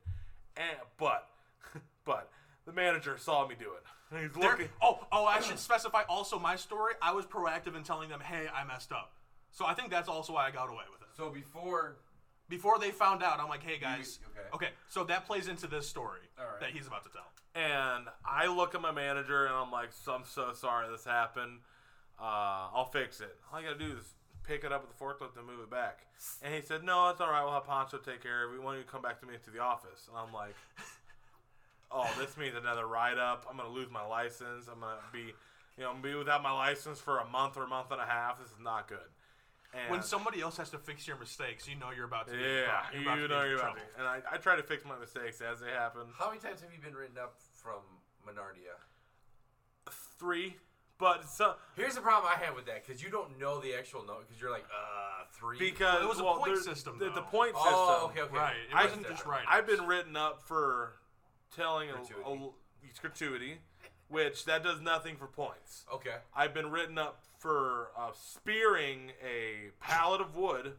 Speaker 5: And but but the manager saw me do it. He's
Speaker 3: There-
Speaker 5: looking.
Speaker 3: oh, oh, I should specify also my story. I was proactive in telling them, hey, I messed up. So I think that's also why I got away with it.
Speaker 4: So before
Speaker 3: Before they found out, I'm like, hey, guys.
Speaker 4: okay.
Speaker 3: so that plays into this story
Speaker 4: All right.
Speaker 3: that he's about to tell.
Speaker 5: And I look at my manager and I'm like, so, I'm so sorry this happened. Uh, I'll fix it. All I gotta do is pick it up with the forklift and move it back. And he said, No, it's all right. We'll have Poncho take care of it. We want you to come back to me to the office. And I'm like, Oh, this means another write up. I'm gonna lose my license. I'm gonna be, you know, I'm gonna be without my license for a month or a month and a half. This is not good. And
Speaker 3: When somebody else has to fix your mistakes, you know you're about to be in
Speaker 5: yeah,
Speaker 3: trouble.
Speaker 5: you
Speaker 3: You're about to be
Speaker 5: know
Speaker 3: in
Speaker 5: you're about
Speaker 3: trouble.
Speaker 5: to. And I, I try to fix my mistakes as they happen.
Speaker 7: How many times have you been written up from Menardia?
Speaker 5: Three, but so
Speaker 7: Here's the problem I have with that because you don't know the actual note because you're like uh three.
Speaker 5: Because
Speaker 3: It was a
Speaker 5: well,
Speaker 3: point
Speaker 5: there-
Speaker 3: system,
Speaker 5: The, the
Speaker 3: though.
Speaker 5: point system.
Speaker 7: oh, okay, okay.
Speaker 3: Right. It
Speaker 5: I
Speaker 3: wasn't
Speaker 5: can-
Speaker 3: just right.
Speaker 5: I've been written up for telling a,
Speaker 7: Gratuity.
Speaker 5: a it's gratuity, which that does nothing for points.
Speaker 7: Okay.
Speaker 5: I've been written up for uh, spearing a pallet of wood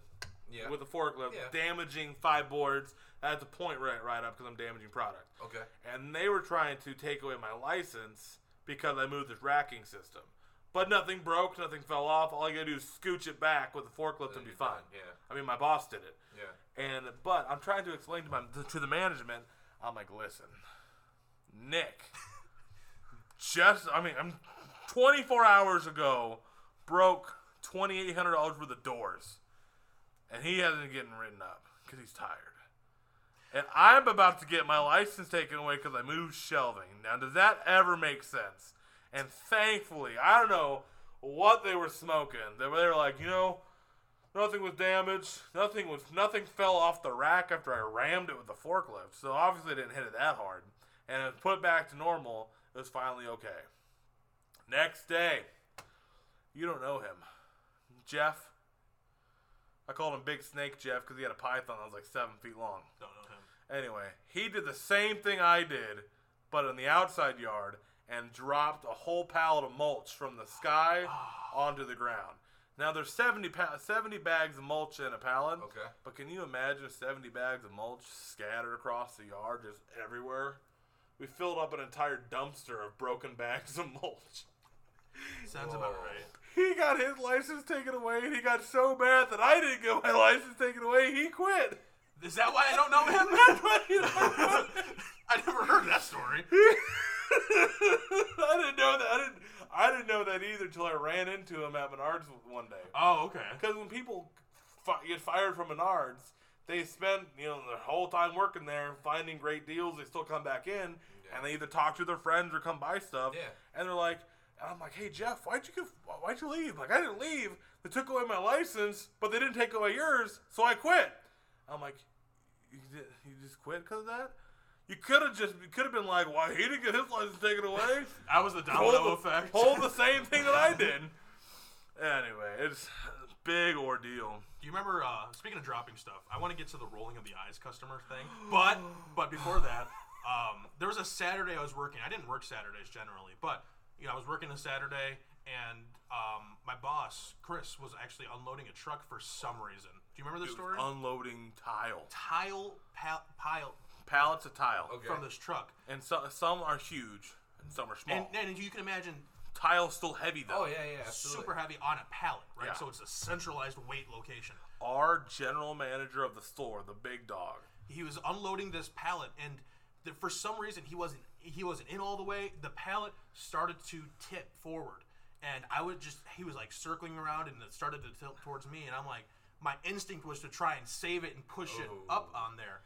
Speaker 7: Yeah.
Speaker 5: with a forklift,
Speaker 7: Yeah.
Speaker 5: damaging five boards. That's a point right right up because I'm damaging product.
Speaker 7: okay.
Speaker 5: And they were trying to take away my license because I moved this racking system. But nothing broke, nothing fell off. All you gotta do is scooch it back with a forklift and be
Speaker 7: you're
Speaker 5: fine.
Speaker 7: done, yeah.
Speaker 5: I mean, my boss did it.
Speaker 7: Yeah.
Speaker 5: And but I'm trying to explain to my to the management. I'm like, listen, Nick, just I mean, I'm 24 hours ago broke 2,800 dollars worth of doors, and he hasn't getting written up because he's tired. And I'm about to get my license taken away because I moved shelving. Now, does that ever make sense? And thankfully, I don't know what they were smoking. They were, they were like, you know, Nothing was damaged. Nothing was nothing fell off the rack after I rammed it with the forklift. So obviously I didn't hit it that hard. And it put back to normal. It was finally okay. Next day, you don't know him, Jeff. I called him Big Snake Jeff because he had a python that was like seven feet long.
Speaker 3: Don't know him.
Speaker 5: Anyway, he did the same thing I did, but in the outside yard, and dropped a whole pallet of mulch from the sky onto the ground. Now there's 70 pa- 70 bags of mulch in a pallet.
Speaker 7: Okay.
Speaker 5: But can you imagine 70 bags of mulch scattered across the yard, just everywhere? We filled up an entire dumpster of broken bags of mulch.
Speaker 3: Sounds about right.
Speaker 5: He got his license taken away, and he got so mad that I didn't get my license taken away. He quit.
Speaker 3: Is that why I don't know him? I never heard that story.
Speaker 5: I didn't know that. I didn't. I didn't know that either till I ran into him at Menards one day.
Speaker 3: Oh, okay.
Speaker 5: Because when people fi- get fired from Menards, they spend you know their whole time working there, finding great deals. They still come back in, and they either talk to their friends or come buy stuff.
Speaker 7: Yeah.
Speaker 5: And they're like, and I'm like, hey Jeff, why'd you give, why'd you leave? Like I didn't leave. They took away my license, but they didn't take away yours, so I quit. I'm like, you, did, you just quit because of that? You could have just you could have been like, why he didn't get his license taken away?
Speaker 3: I was the domino
Speaker 5: Hold
Speaker 3: effect.
Speaker 5: Hold the same thing that I did. Anyway, it's a big ordeal.
Speaker 3: Do you remember? Uh, speaking of dropping stuff, I want to get to the rolling of the eyes customer thing. But but before that, um, there was a Saturday I was working. I didn't work Saturdays generally, but you know I was working a Saturday, and um, my boss Chris was actually unloading a truck for some reason. Do you remember this story?
Speaker 5: Unloading tile,
Speaker 3: tile pal- pile
Speaker 5: pallets of tile,
Speaker 7: Okay.
Speaker 3: from this truck,
Speaker 5: and so, some are huge and some are small.
Speaker 3: and, and you can imagine
Speaker 5: Tile's still heavy though.
Speaker 7: Oh yeah, yeah, absolutely.
Speaker 3: super heavy on a pallet, right?
Speaker 5: Yeah.
Speaker 3: So it's a centralized weight location.
Speaker 5: Our general manager of the store, the big dog,
Speaker 3: he was unloading this pallet and the, for some reason he wasn't he wasn't in all the way the pallet started to tip forward and i would just he was like circling around and it started to tilt towards me and i'm like my instinct was to try and save it and push it up on there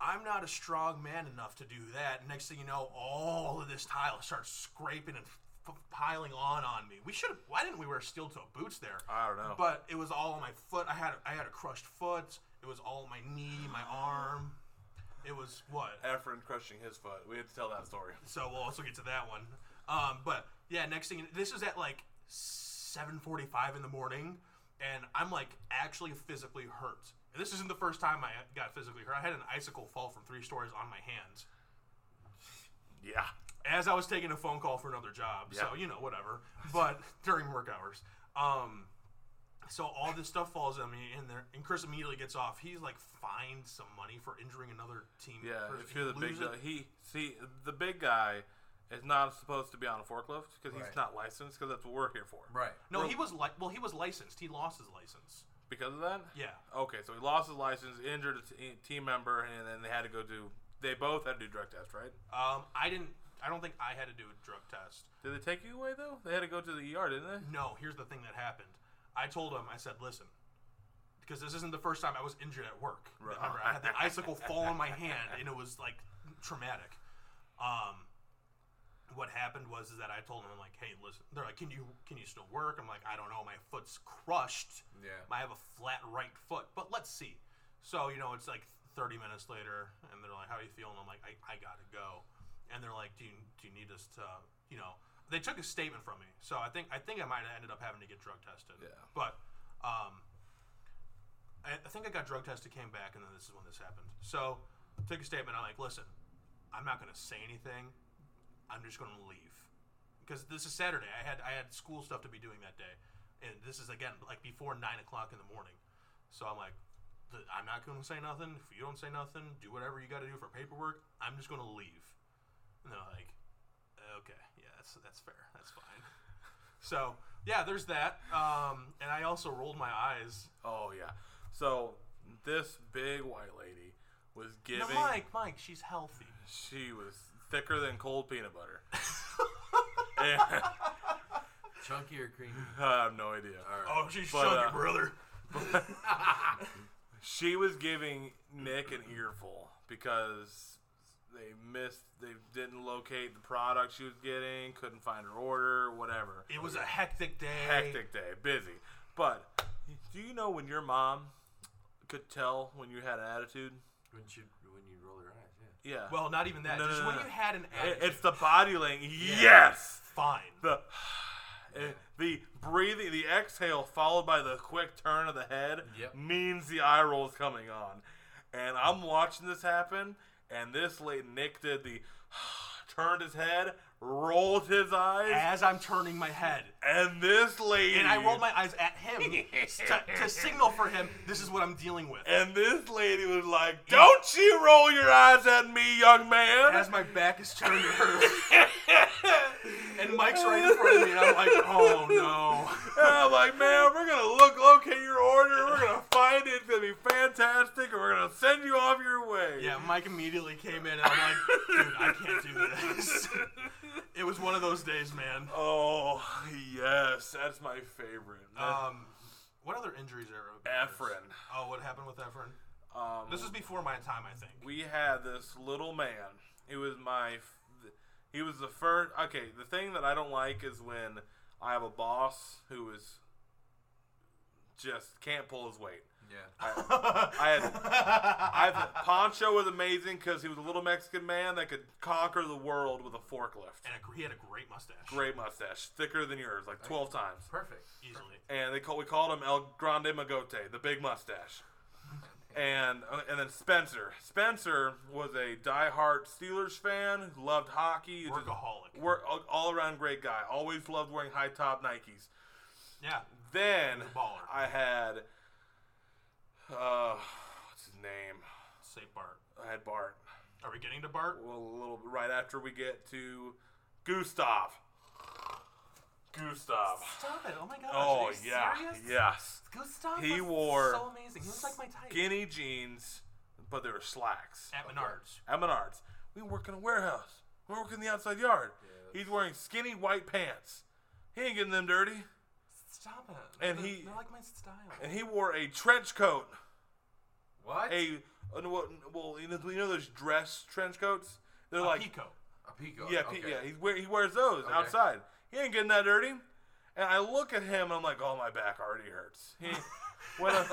Speaker 3: i'm not a strong man enough to do that next thing you know all of this tile starts scraping and f- piling on on me we should have why didn't we wear steel toe boots there
Speaker 5: I don't know.
Speaker 3: but it was all on my foot. I had I had a crushed foot. It was all on my knee, my arm. It was what?
Speaker 5: Efren crushing his foot. We had to tell that story.
Speaker 3: So we'll also get to that one. Um, but yeah, next thing this is at like 7:45 in the morning, and I'm like actually physically hurt. And this isn't the first time I got physically hurt. I had an icicle fall from three stories on my hands.
Speaker 5: Yeah.
Speaker 3: as I was taking a phone call for another job. So you know, whatever. But during work hours, um, so all this stuff falls on me, and there, and Chris immediately gets off. He's like, fined some money for injuring another team.
Speaker 5: Yeah,
Speaker 3: person.
Speaker 5: if you're the
Speaker 3: He
Speaker 5: big
Speaker 3: loses-
Speaker 5: guy, he see the big guy is not supposed to be on a forklift because he's
Speaker 7: Right.
Speaker 5: not licensed because that's what we're here for.
Speaker 4: Right.
Speaker 3: No, he was like, well, he was licensed. He lost his license.
Speaker 5: Because of that.
Speaker 3: Yeah.
Speaker 5: Okay, so he lost his license, injured a t- team member, and then they had to go do. They both had to do drug test, right?
Speaker 3: Um, I didn't. I don't think I had to do a drug test.
Speaker 5: Did they take you away though? They had to go to the ER, didn't they?
Speaker 3: No, here's the thing that happened. I told him, I said, listen, because this isn't the first time I was injured at work. Remember, I had the icicle fall on my hand, and it was like traumatic. Um, what happened was is that I told him, I'm like, hey, listen. They're like, can you can you still work? I'm like, I don't know. My foot's crushed.
Speaker 7: Yeah.
Speaker 3: I have a flat right foot, but let's see. So you know, it's like 30 minutes later, and they're like, how are you feeling? I'm like, I, I gotta go. And they're like, do you do you need us to you know? They took a statement from me, so I think I think I might have ended up having to get drug tested. Yeah. But um, I, I think I got drug tested, came back, and then this is when this happened. So took a statement. I'm like, listen, I'm not gonna say anything. I'm just going to leave because this is Saturday. I had I had school stuff to be doing that day, and this is again like before nine o'clock in the morning. So I'm like, "Th- I'm not going to say nothing. If you don't say nothing, do whatever you got to do for paperwork. I'm just going to leave. And they're like, okay, yeah, that's that's fair. That's fine. So yeah, there's that. Um, and I also rolled my eyes.
Speaker 5: Oh yeah. So this big white lady was
Speaker 3: No,
Speaker 5: giving.
Speaker 3: Mike, Mike, she's healthy.
Speaker 5: She was thicker than cold peanut butter. And-
Speaker 4: Chunky or creamy?
Speaker 5: I have no idea.
Speaker 3: Oh, she's
Speaker 5: But,
Speaker 3: chunky,
Speaker 5: uh,
Speaker 3: brother.
Speaker 5: She was giving Nick an earful because they missed, they didn't locate the product she was getting, couldn't find her order, whatever.
Speaker 3: It was a hectic day.
Speaker 5: Hectic day, busy. But do you know when your mom could tell when you had an attitude?
Speaker 4: When you when you roll your eyes, yeah.
Speaker 5: Yeah.
Speaker 3: Well, not even that.
Speaker 5: No, no,
Speaker 3: just
Speaker 5: no,
Speaker 3: when
Speaker 5: no.
Speaker 3: you had an
Speaker 5: It-
Speaker 3: attitude,
Speaker 5: it's the body language. Yes.
Speaker 3: fine.
Speaker 5: The eh, the breathing, the exhale followed by the quick turn of the head
Speaker 4: Yep.
Speaker 5: means the eye roll's coming on. And I'm watching this happen, and this late Nick did the turned his head, rolled his eyes,
Speaker 3: As I'm turning my head.
Speaker 5: and this lady
Speaker 3: and I rolled my eyes at him to, to signal for him this is what I'm dealing with.
Speaker 5: and this lady was like, "Don't you roll your eyes at me, young man."
Speaker 3: As my back is turned to her, and Mike's right in front of me, and I'm like, oh no.
Speaker 5: And I'm like, man, we're gonna look locate your order. We're gonna find it. It's gonna be fantastic, and we're gonna send you off your way.
Speaker 3: Yeah, Mike immediately came in, and I'm like, dude, I can't do this. it was one of those days, man.
Speaker 5: Oh yes, that's my favorite. That's
Speaker 3: Um, what other injuries are?
Speaker 5: Efren.
Speaker 3: Oh, what happened with Efren?
Speaker 5: Um,
Speaker 3: This was before my time, I think.
Speaker 5: we had this little man. It was my. f- He was the first. Okay, the thing that I don't like is when I have a boss who is just can't pull his weight.
Speaker 4: Yeah.
Speaker 5: I had, I had Poncho was amazing because he was a little Mexican man that could conquer the world with a forklift.
Speaker 3: And a, he had a great mustache.
Speaker 5: Great mustache, thicker than yours, like twelve times.
Speaker 4: Perfect.
Speaker 3: Easily.
Speaker 5: and they call, we called him El Grande Magote, the big mustache. And uh, and then Spencer. Spencer was a diehard Steelers fan, who loved hockey. just-
Speaker 3: Workaholic.
Speaker 5: Work all around great guy. Always loved wearing high top Nikes.
Speaker 3: Yeah.
Speaker 5: Then
Speaker 3: He's a baller.
Speaker 5: I had uh, what's his name?
Speaker 3: Say Bart.
Speaker 5: I had Bart.
Speaker 3: Are we getting to Bart?
Speaker 5: Well, a little bit right after we get to Gustav. Gustav.
Speaker 3: Stop it! Oh my gosh!
Speaker 5: Oh
Speaker 3: are you
Speaker 5: yeah,
Speaker 3: serious?
Speaker 5: yes.
Speaker 3: Gustav
Speaker 5: He
Speaker 3: was
Speaker 5: wore
Speaker 3: so amazing. He was like my type.
Speaker 5: skinny jeans, but they were slacks.
Speaker 3: At Menards.
Speaker 5: At Menards. We work in a warehouse. We work in the outside yard. He's wearing skinny white pants. He ain't getting them dirty.
Speaker 3: Stop it!
Speaker 5: And
Speaker 3: they're,
Speaker 5: he-
Speaker 3: they're like my style.
Speaker 5: And he wore a trench coat.
Speaker 4: What?
Speaker 5: A uh, well, well, you know, you know those dress trench coats. They're
Speaker 3: A
Speaker 5: like
Speaker 3: Pico.
Speaker 4: a pico.
Speaker 5: yeah, pe-
Speaker 4: okay.
Speaker 5: yeah. He wear, he wears those outside. He ain't getting that dirty. And I look at him and I'm like, oh, my back already hurts. He, when, a,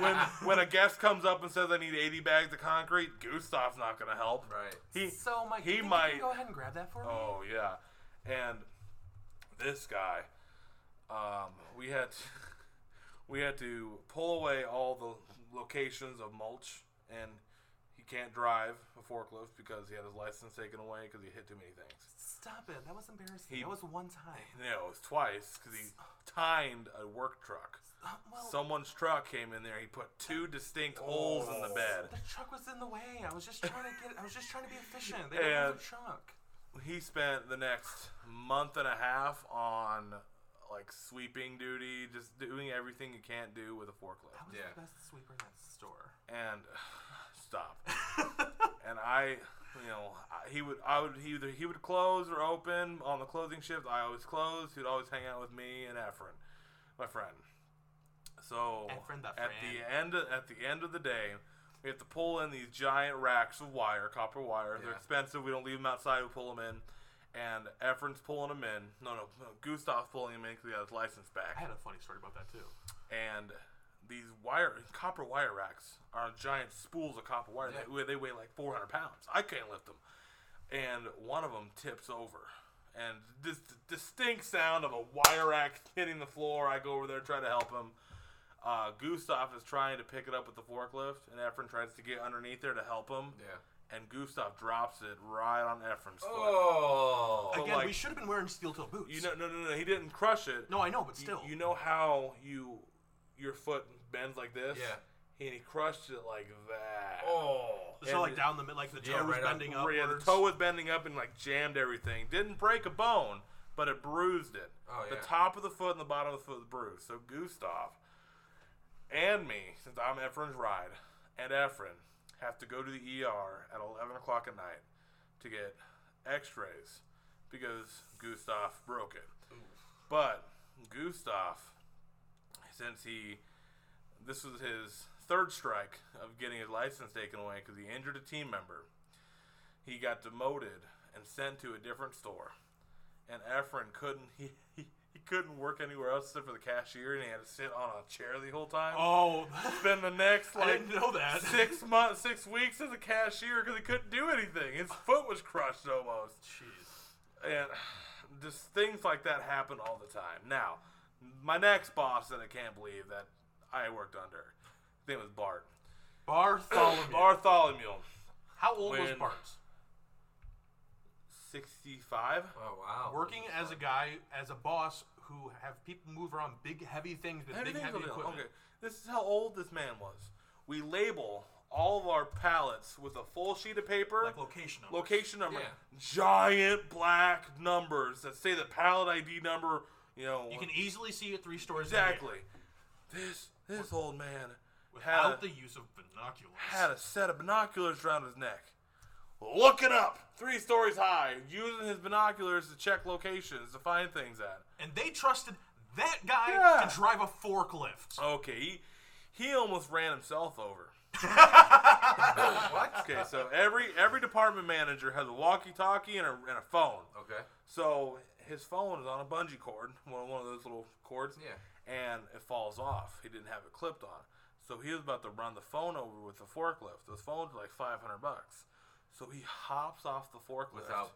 Speaker 5: when when a guest comes up and says I need 80 bags of concrete, Gustav's not gonna help.
Speaker 4: Right.
Speaker 5: He
Speaker 3: So Mike, you
Speaker 5: he
Speaker 3: think You
Speaker 5: might.
Speaker 3: can go ahead and grab that for me.
Speaker 5: Oh yeah, and this guy, um, we had to, we had to pull away all the locations of mulch, and he can't drive a forklift because he had his license taken away because he hit too many things.
Speaker 3: Stop it. That was embarrassing.
Speaker 5: He-
Speaker 3: that was one time.
Speaker 5: No, it was twice because he timed a work truck.
Speaker 3: Uh, well,
Speaker 5: Someone's truck came in there. He put two distinct holes in the bed.
Speaker 3: the truck was in the way. I was just trying to get. I was just trying to be efficient. They didn't have a
Speaker 5: And-
Speaker 3: truck.
Speaker 5: He spent the next month and a half on like sweeping duty, just doing everything you can't do with a
Speaker 3: I
Speaker 5: forklift.
Speaker 3: was
Speaker 4: Yeah.
Speaker 3: the best sweeper in that store.
Speaker 5: And stop. and I, you know, I- he would, I would he either he would close or open on the closing shift. I always closed. He'd always hang out with me and Efren, my friend. So
Speaker 3: Efren the
Speaker 5: at
Speaker 3: friend.
Speaker 5: the end, at the end of the day, we have to pull in these giant racks of wire, copper wire. They're
Speaker 4: Yeah.
Speaker 5: expensive. We don't leave them outside. We pull them in. And Efren's pulling them in. No, no, no Gustav's pulling them in because he got his license back
Speaker 3: I had a funny story about that too.
Speaker 5: and these wire copper wire racks are giant spools of copper wire that they, weigh like 400 pounds i can't lift them and one of them tips over and this distinct sound of a wire rack hitting the floor i go over there try to help him uh, gustav is trying to pick it up with the forklift and efren tries to get underneath there to help him
Speaker 4: Yeah.
Speaker 5: and gustav drops it right on efren's foot
Speaker 4: Oh.
Speaker 5: But,
Speaker 3: Again,
Speaker 5: like,
Speaker 3: we should have been wearing steel toe boots.
Speaker 5: you know no no no he didn't crush it
Speaker 3: no, I know, but
Speaker 5: You-
Speaker 3: still.
Speaker 5: You, know how you your foot bends like this?
Speaker 4: Yeah.
Speaker 5: And he crushed it like that.
Speaker 4: Oh.
Speaker 3: so like
Speaker 5: and-
Speaker 3: down the mid, like the toe
Speaker 4: Yeah,
Speaker 3: was
Speaker 4: right up-
Speaker 3: bending
Speaker 5: Where,
Speaker 3: upwards.
Speaker 5: yeah, the toe was bending up and like jammed everything. Didn't break a bone, but it bruised it.
Speaker 4: Oh,
Speaker 5: The
Speaker 4: yeah.
Speaker 5: top of the foot and the bottom of the foot was bruised. So Gustav and me, since I'm Efren's ride, and Efren have to go to the ER at 11 o'clock at night to get X-rays because Gustav broke it. But Gustav, since he this was his third strike of getting his license taken away because he injured a team member. He got demoted and sent to a different store. And Efren couldn't he, he, he couldn't work anywhere else except for the cashier, and he had to sit on a chair the whole time.
Speaker 3: Oh,
Speaker 5: Spend the next
Speaker 3: I
Speaker 5: like
Speaker 3: didn't know that.
Speaker 5: six months, six weeks as a cashier because he couldn't do anything. His foot was crushed almost
Speaker 3: Jeez.
Speaker 5: and just things like that happen all the time. Now, my next boss that I can't believe that I worked under, his name was Bart.
Speaker 3: Bartholomew.
Speaker 5: Bartholomew,
Speaker 3: How old was
Speaker 5: When-
Speaker 3: Bart?
Speaker 5: sixty-five.
Speaker 4: Oh wow.
Speaker 3: Working as a guy, as a boss who have people move around big heavy things with big
Speaker 5: Everything's
Speaker 3: heavy
Speaker 5: a little-
Speaker 3: equipment.
Speaker 5: Okay, this is how old this man was. We label all of our pallets with a full sheet of paper,
Speaker 3: Like location numbers.
Speaker 5: location number,
Speaker 4: Yeah.
Speaker 5: giant black numbers that say the pallet ID number. You know,
Speaker 3: You can easily see it three stories in the air
Speaker 5: exactly. This this old man had a-
Speaker 3: without the use of binoculars.
Speaker 5: had a set of binoculars around his neck. Looking up, three stories high, using his binoculars to check locations to find things at.
Speaker 3: and they trusted that guy
Speaker 5: Yeah.
Speaker 3: to drive a forklift.
Speaker 5: Okay, he, he almost ran himself over.
Speaker 4: what?
Speaker 5: Okay, so every every department manager has a walkie-talkie and a, and a phone.
Speaker 4: Okay.
Speaker 5: So his phone is on a bungee cord, one one of those little cords.
Speaker 4: Yeah.
Speaker 5: And it falls off. He didn't have it clipped on. So he was about to run the phone over with the forklift. Those phones are like 500 bucks. So he hops off the forklift.
Speaker 4: Without.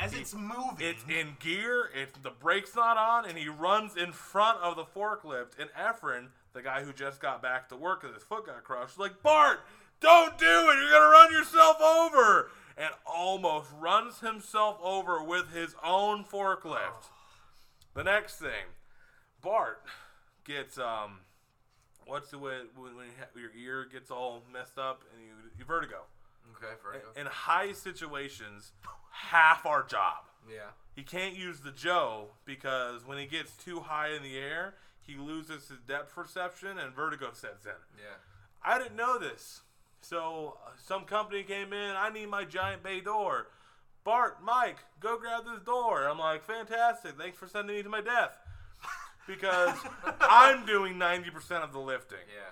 Speaker 3: As it's moving,
Speaker 5: It's in gear. It's the brakes not on, and he runs in front of the forklift. And Efren, the guy who just got back to work because his foot got crushed, is like Bart, don't do it. You're gonna run yourself over, and almost runs himself over with his own forklift. The next thing, Bart gets um, what's the way when, when you ha- your ear gets all messed up and you, you vertigo.
Speaker 4: Okay. Vertigo.
Speaker 5: In high situations, half our job.
Speaker 4: yeah.
Speaker 5: He can't use the Joe because when he gets too high in the air, he loses his depth perception and vertigo sets in.
Speaker 4: Yeah.
Speaker 5: I didn't know this. So uh, some company came in, I need my giant bay door. Bart, Mike, go grab this door. I'm like, fantastic. Thanks for sending me to my death. Because I'm doing 90% of the lifting.
Speaker 4: Yeah.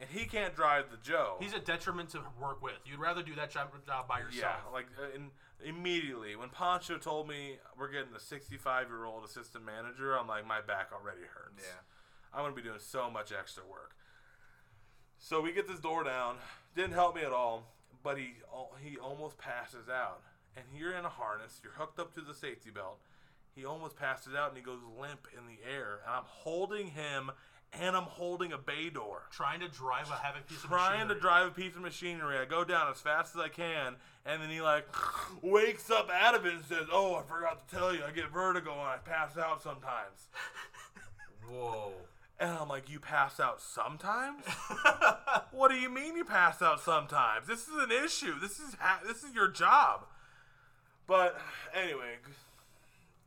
Speaker 5: And he can't drive the Joe.
Speaker 3: he's a detriment to work with. You'd rather do that job, job by yourself.
Speaker 5: Yeah, like uh, in, immediately when Poncho told me we're getting a 65 year old assistant manager, I'm like, my back already hurts.
Speaker 4: Yeah.
Speaker 5: I'm gonna be doing so much extra work. So we get this door down. Didn't help me at all, but he al- he almost passes out. And you're in a harness. You're hooked up to the safety belt. He almost passes out, and he goes limp in the air. And I'm holding him and I'm holding a bay door.
Speaker 3: Trying to drive a heavy piece of
Speaker 5: Trying to
Speaker 3: machinery.
Speaker 5: drive a piece of machinery. I go down as fast as I can, and then he like wakes up out of it and says, "Oh, I forgot to tell you, I get vertigo and I pass out sometimes."
Speaker 7: Whoa.
Speaker 5: And I'm like, "You pass out sometimes? what do you mean you pass out sometimes? This is an issue. This is ha- this is your job." But anyway,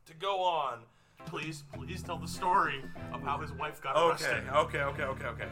Speaker 5: to go on.
Speaker 3: Please, please tell the story of how his wife got
Speaker 5: Okay,
Speaker 3: arrested.
Speaker 5: okay, okay, okay,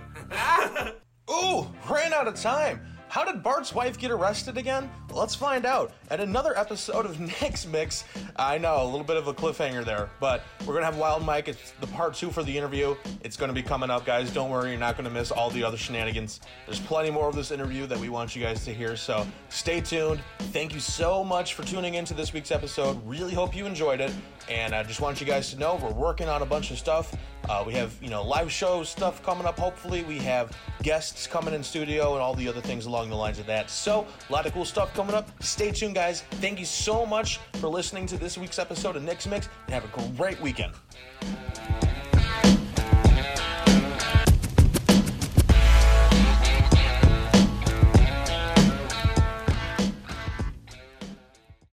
Speaker 5: okay.
Speaker 1: Ooh, ran out of time. How did Bart's wife get arrested again? Let's find out at another episode of Next Mix. I know, a little bit of a cliffhanger there, but we're gonna have Wild Mike. It's the part two for the interview. It's gonna be coming up, guys. Don't worry, you're not gonna miss all the other shenanigans. There's plenty more of this interview that we want you guys to hear, so stay tuned. Thank you so much for tuning into this week's episode. Really hope you enjoyed it, and I just want you guys to know we're working on a bunch of stuff. Uh, we have, you know, live show stuff coming up, hopefully. We have guests coming in studio and all the other things along the lines of that. So, a lot of cool stuff coming up. Stay tuned, guys. Thank you so much for listening to this week's episode of Nick's Mix, and have a great weekend.